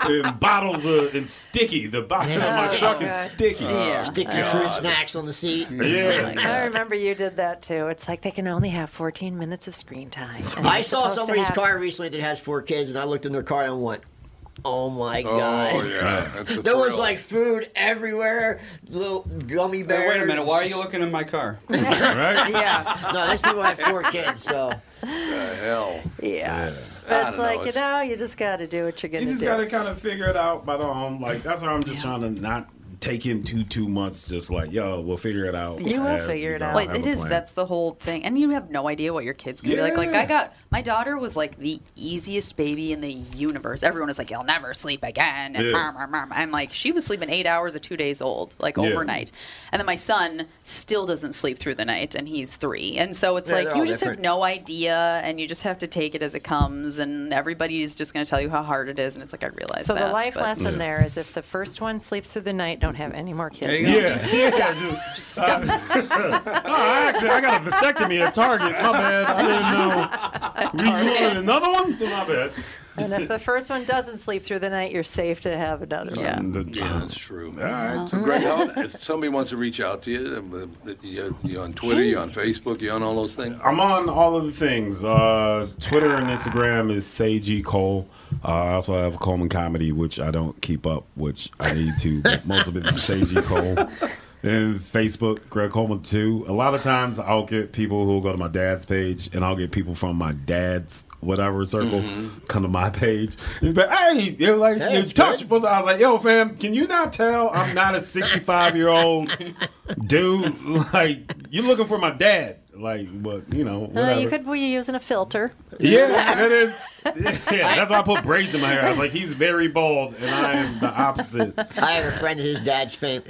S6: and bottles of and sticky. The bottom of my truck
S4: Yeah.
S6: is sticky.
S3: yeah.
S2: Uh, Stick your fruit snacks on the seat. and-
S6: <laughs> Yeah.
S4: <laughs> I remember you did that too. It's like they can only have 14 minutes of
S2: <laughs>
S4: screen time.
S2: <laughs>
S4: and
S2: I
S4: they're
S2: saw
S4: supposed to
S2: somebody's
S4: have-
S2: car recently that has four kids, and I looked in their car and went, "Oh my
S1: Oh
S2: god."
S1: yeah. That's a
S2: There was
S1: thrill.
S2: like food everywhere, little gummy
S5: Hey,
S2: bears.
S5: wait a minute. Why are you looking in my car?
S6: <laughs>
S4: <laughs>
S6: Right?
S3: yeah,
S2: No, these people have four kids, so
S1: the hell.
S4: Yeah.
S1: I
S4: It's
S1: don't
S4: like,
S1: know,
S4: you
S1: it's-
S4: know, you just got to do what you're going
S6: You
S4: to
S6: just
S4: do.
S6: gotta kind of figure it out. But um, like that's why I'm just trying to not take him too too much. Just like, yo, we'll figure it out.
S4: You will
S6: as
S4: figure
S6: we
S4: it
S6: go.
S4: out.
S3: well,
S6: Have
S3: it
S6: a
S3: is.
S6: plan.
S3: That's the whole thing, and you have no idea what your kids can be like. Like I
S6: Yeah.
S3: got My daughter was like the easiest baby in the universe. Everyone was like, "You'll never sleep again." And
S10: Yeah.
S3: "Mom, mom, mom." I'm like, she was sleeping eight hours at two days old, like
S10: Yeah.
S3: overnight. And then my son still doesn't sleep through the night, and he's three. And so it's
S10: Yeah,
S3: like
S10: they're
S3: you
S10: all
S3: just have
S10: different.
S3: no idea, and you just have to take it as it comes. And everybody's just going to tell you how hard it is, and it's like I realize.
S4: So the
S3: that,
S4: life
S3: but-
S4: lesson
S3: <laughs>
S4: there is if the first one sleeps through the night, don't have any more kids.
S6: Yeah. yeah. Just stop. <laughs> I actually, I got a vasectomy at Target. My bad. I didn't
S3: <laughs>
S6: know. We you wanted another one? My bad.
S4: <laughs> And if the first one doesn't sleep through the night, you're safe to have another one.
S1: yeah, that's true. All
S4: right.
S1: So, Greg, how, if somebody wants to reach out to you, um, uh, you you on Twitter, you on Facebook, you on all those things.
S6: I'm on all of the things. Uh, Twitter and Instagram is Seiji Cole. Uh, I also have Coleman Comedy, which I don't keep up, which I need to. But most of it is Seiji Cole. And Facebook, Greg Coleman too. A lot of times I'll get people who will go to my dad's page, and I'll get people from my dad's whatever circle come to my page. And be like, hey, you're like,
S11: Hey,
S6: you
S11: it's
S6: touch. I was like, yo, fam, can you not tell I'm not a 65 year old dude? Like, you're looking for my dad. Like, but you know,
S4: Uh,
S6: whatever.
S4: you could be using a filter. <laughs>
S6: Yeah, that is. Yeah, that's why I put braids in my hair. I was like, he's very bald, and I am the opposite.
S2: I have a friend. His dad's fam-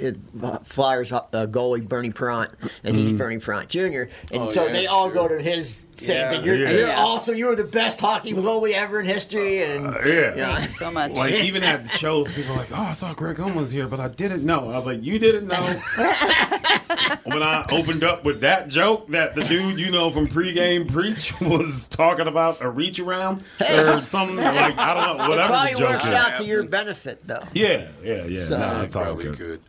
S2: uh, Flyers uh, goalie Bernie Prant, and he's
S6: Mhm.
S2: Bernie Prant Jr. And
S6: Oh,
S2: so
S6: yeah,
S2: they all go to his saying
S6: Yeah.
S2: that you're,
S6: Yeah.
S2: you're
S6: Yeah. Uh,
S2: awesome. You were the best hockey goalie ever in history. And
S6: Yeah,
S2: you know,
S6: Like even
S2: <laughs>
S6: at shows, people are like, "Oh, I saw Greg Holmes here, but I didn't know." I was like, "You didn't
S2: <laughs>
S6: know." when I opened up with that joke that the dude you know from pregame preach <laughs> was talking about a reach around or something like I don't know
S2: it
S6: whatever
S2: probably
S6: the joke
S2: works
S6: is.
S2: out to your benefit though.
S6: Yeah, yeah, yeah.
S2: So-
S6: nah,
S1: Yeah,
S6: it's all
S1: probably
S6: good.
S1: could.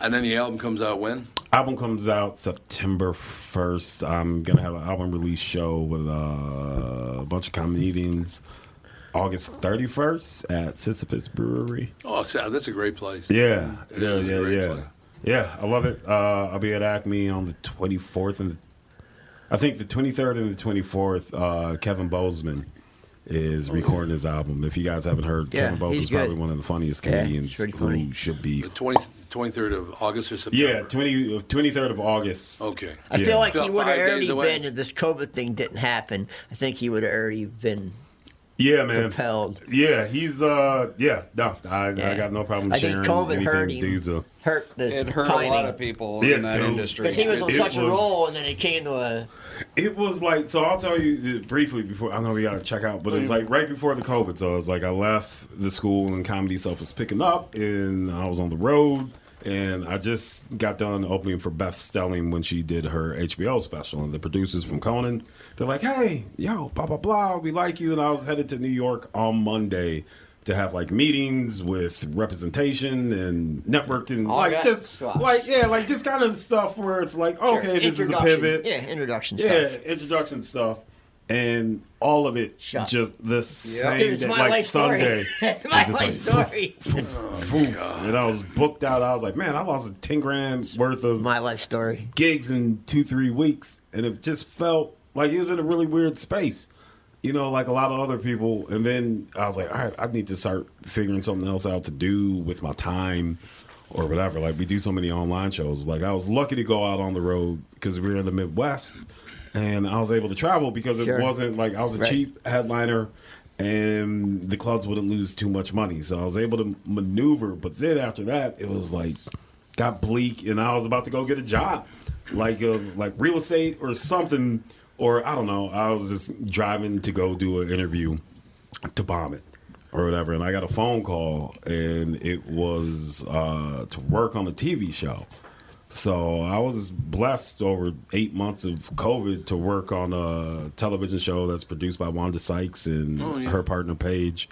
S1: And then the album comes out when?
S6: Album comes out September 1st. I'm going to have an album release show with uh, a bunch of comedians August 31st at Sisyphus Brewery.
S1: Oh, so that's a great place.
S6: Yeah,
S1: It
S6: yeah,
S1: is a
S6: yeah,
S1: great
S6: yeah.
S1: place.
S6: Yeah, I love it. Uh, I'll be at Acme on the 24th and I think the 23rd and the 24th. Uh, Kevin Bozeman is recording his album. If you guys haven't heard,
S1: Yeah,
S6: Kevin Bozeman
S1: he's
S6: is probably
S1: good.
S6: one of the funniest
S1: Yeah,
S6: comedians
S1: he's really
S6: who should be.
S1: 20, 23rd of August or September.
S6: Yeah, 20, 23rd of August.
S1: Okay.
S2: I feel like he would have
S1: Five
S2: already
S1: days away.
S2: been if this COVID thing didn't happen. I think he would have already been.
S6: Yeah, man.
S2: Compelled.
S6: Yeah, he's uh, yeah, no, I, I got no problem
S2: I
S6: sharing
S2: think COVID
S6: anything
S2: hurt him.
S6: dudes are-
S2: Hurt this
S5: It hurt
S2: timing.
S5: a lot of people
S6: Yeah,
S5: in that
S6: dude.
S5: industry.
S2: because he was on
S6: It
S2: such a
S6: was-
S2: roll, and then it came to a.
S6: It was like so. I'll tell you uh, briefly before I know we gotta check out, but it was like right before the COVID. So it was like I left the school and comedy stuff was picking up, and I was on the road, and I just got done opening for Beth Stelling when she did her HBO special, and the producers from Conan, they're like, "Hey, yo, blah blah blah, we like you," and I was headed to New York on Monday. To have like meetings with representation and networking,
S2: All
S6: like
S2: that
S6: just
S2: stuff.
S6: like yeah, like just kind of stuff where it's like
S2: Sure,
S6: okay, this is a
S2: introduction.
S6: pivot,
S2: Yeah, introduction
S6: yeah,
S2: stuff.
S6: introduction stuff, and all of it just the same
S2: Dude, it's
S6: day,
S2: my
S6: like
S2: life story.
S6: Sunday. It's
S2: <laughs> my
S6: just like, <laughs>
S2: life story. <laughs>
S6: poof, and I was booked out. I was like, man, I lost ten grand worth of
S2: my life story
S6: gigs in two three weeks, and it just felt like it was in a really weird space. You know, like a lot of other people, and then I was like, all right, I need to start figuring something else out to do with my time or whatever. Like, we do so many online shows. Like, I was lucky to go out on the road because we were in the Midwest and I was able to travel because it
S11: Sure.
S6: wasn't like I was a
S11: Right.
S6: cheap headliner and the clubs wouldn't lose too much money. So I was able to maneuver. But then after that, it was like got bleak and I was about to go get a job like uh, like real estate or something or I don't know. I was just driving to go do an interview to bomb it or whatever. And I got a phone call and it was uh, to work on a TV show. So I was blessed over eight months of COVID to work on a television show that's produced by Wanda Sykes and
S11: Oh, yeah.
S6: her partner Paige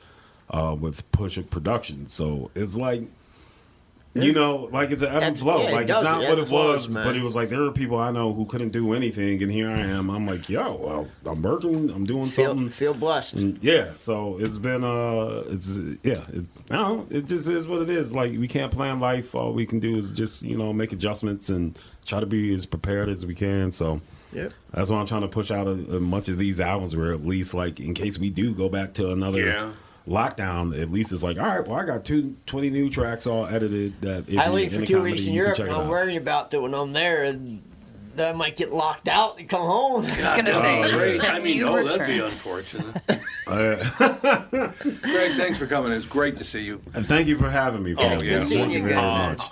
S6: uh, with Push It Productions. So it's like, you know, like it's an ebb and flow.
S11: yeah, it
S6: like it's
S11: does.
S6: not
S11: It ebbs
S6: what
S11: and
S6: it was,
S11: flows, man.
S6: but it was like there are people I know who couldn't do anything, and here I am. I'm like, yo, well, I'm working, I'm doing something.
S2: Feel blessed.
S6: And yeah, so it's been uh, it's yeah, it's I don't, know, it just is what it is. Like we can't plan life. All we can do is just you know make adjustments and try to be as prepared as we can. So
S2: Yep.
S6: that's why I'm trying to push out a, a much of these albums where at least like in case we do go back to another.
S1: Yeah.
S6: Lockdown, at least it's like, all right, well, I got two, 20 new tracks all edited. That if
S2: I
S6: you-
S2: leave for
S6: any
S2: two
S6: comedy,
S2: weeks in
S6: you can
S2: Europe,
S6: check
S2: and
S6: it
S2: I'm
S6: out.
S2: worrying about that when I'm there. that I might get locked out and come home. I
S3: was
S2: <laughs>
S3: gonna say,
S1: Oh, great.
S3: can
S1: I mean,
S3: you
S1: oh, that'd be
S3: return?
S1: unfortunate. Greg, thanks for coming. It's great to see you.
S6: Uh, <laughs> And thank you for having
S2: Oh,
S6: me. Paul.
S1: good
S6: Yeah,
S1: seeing
S6: thank
S1: you
S6: you very
S1: again.
S6: much.
S1: I-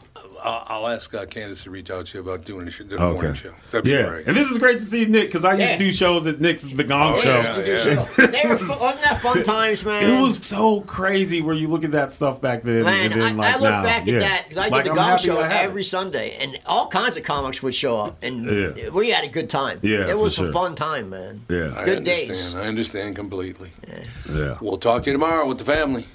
S1: I'll ask uh, Candace to reach out to you about doing the, sh- the morning
S6: Okay.
S1: show. That'd be
S6: yeah,
S1: great.
S6: and this is great to see Nick because I used
S2: Yeah.
S6: to do shows at Nick's The Gong
S1: Oh,
S6: Show.
S1: yeah, yeah.
S6: <laughs>
S2: they were fun, wasn't that fun times, man?
S6: It was so crazy where you look at that stuff back then.
S2: Man,
S6: and then,
S2: I,
S6: like,
S2: I look
S6: now.
S2: back at
S6: yeah.
S2: that because I
S6: Like,
S2: did
S6: I'm
S2: the golf
S6: happy
S2: show
S6: I have it.
S2: every Sunday, and all kinds of comics would show up, and
S6: Yeah.
S2: we had a good time.
S6: Yeah,
S2: it was
S6: for
S2: a
S6: sure.
S2: fun time, man.
S6: Yeah.
S1: I
S2: Good
S1: understand.
S2: days.
S1: I understand completely.
S6: Yeah.
S1: We'll talk to you tomorrow with the family.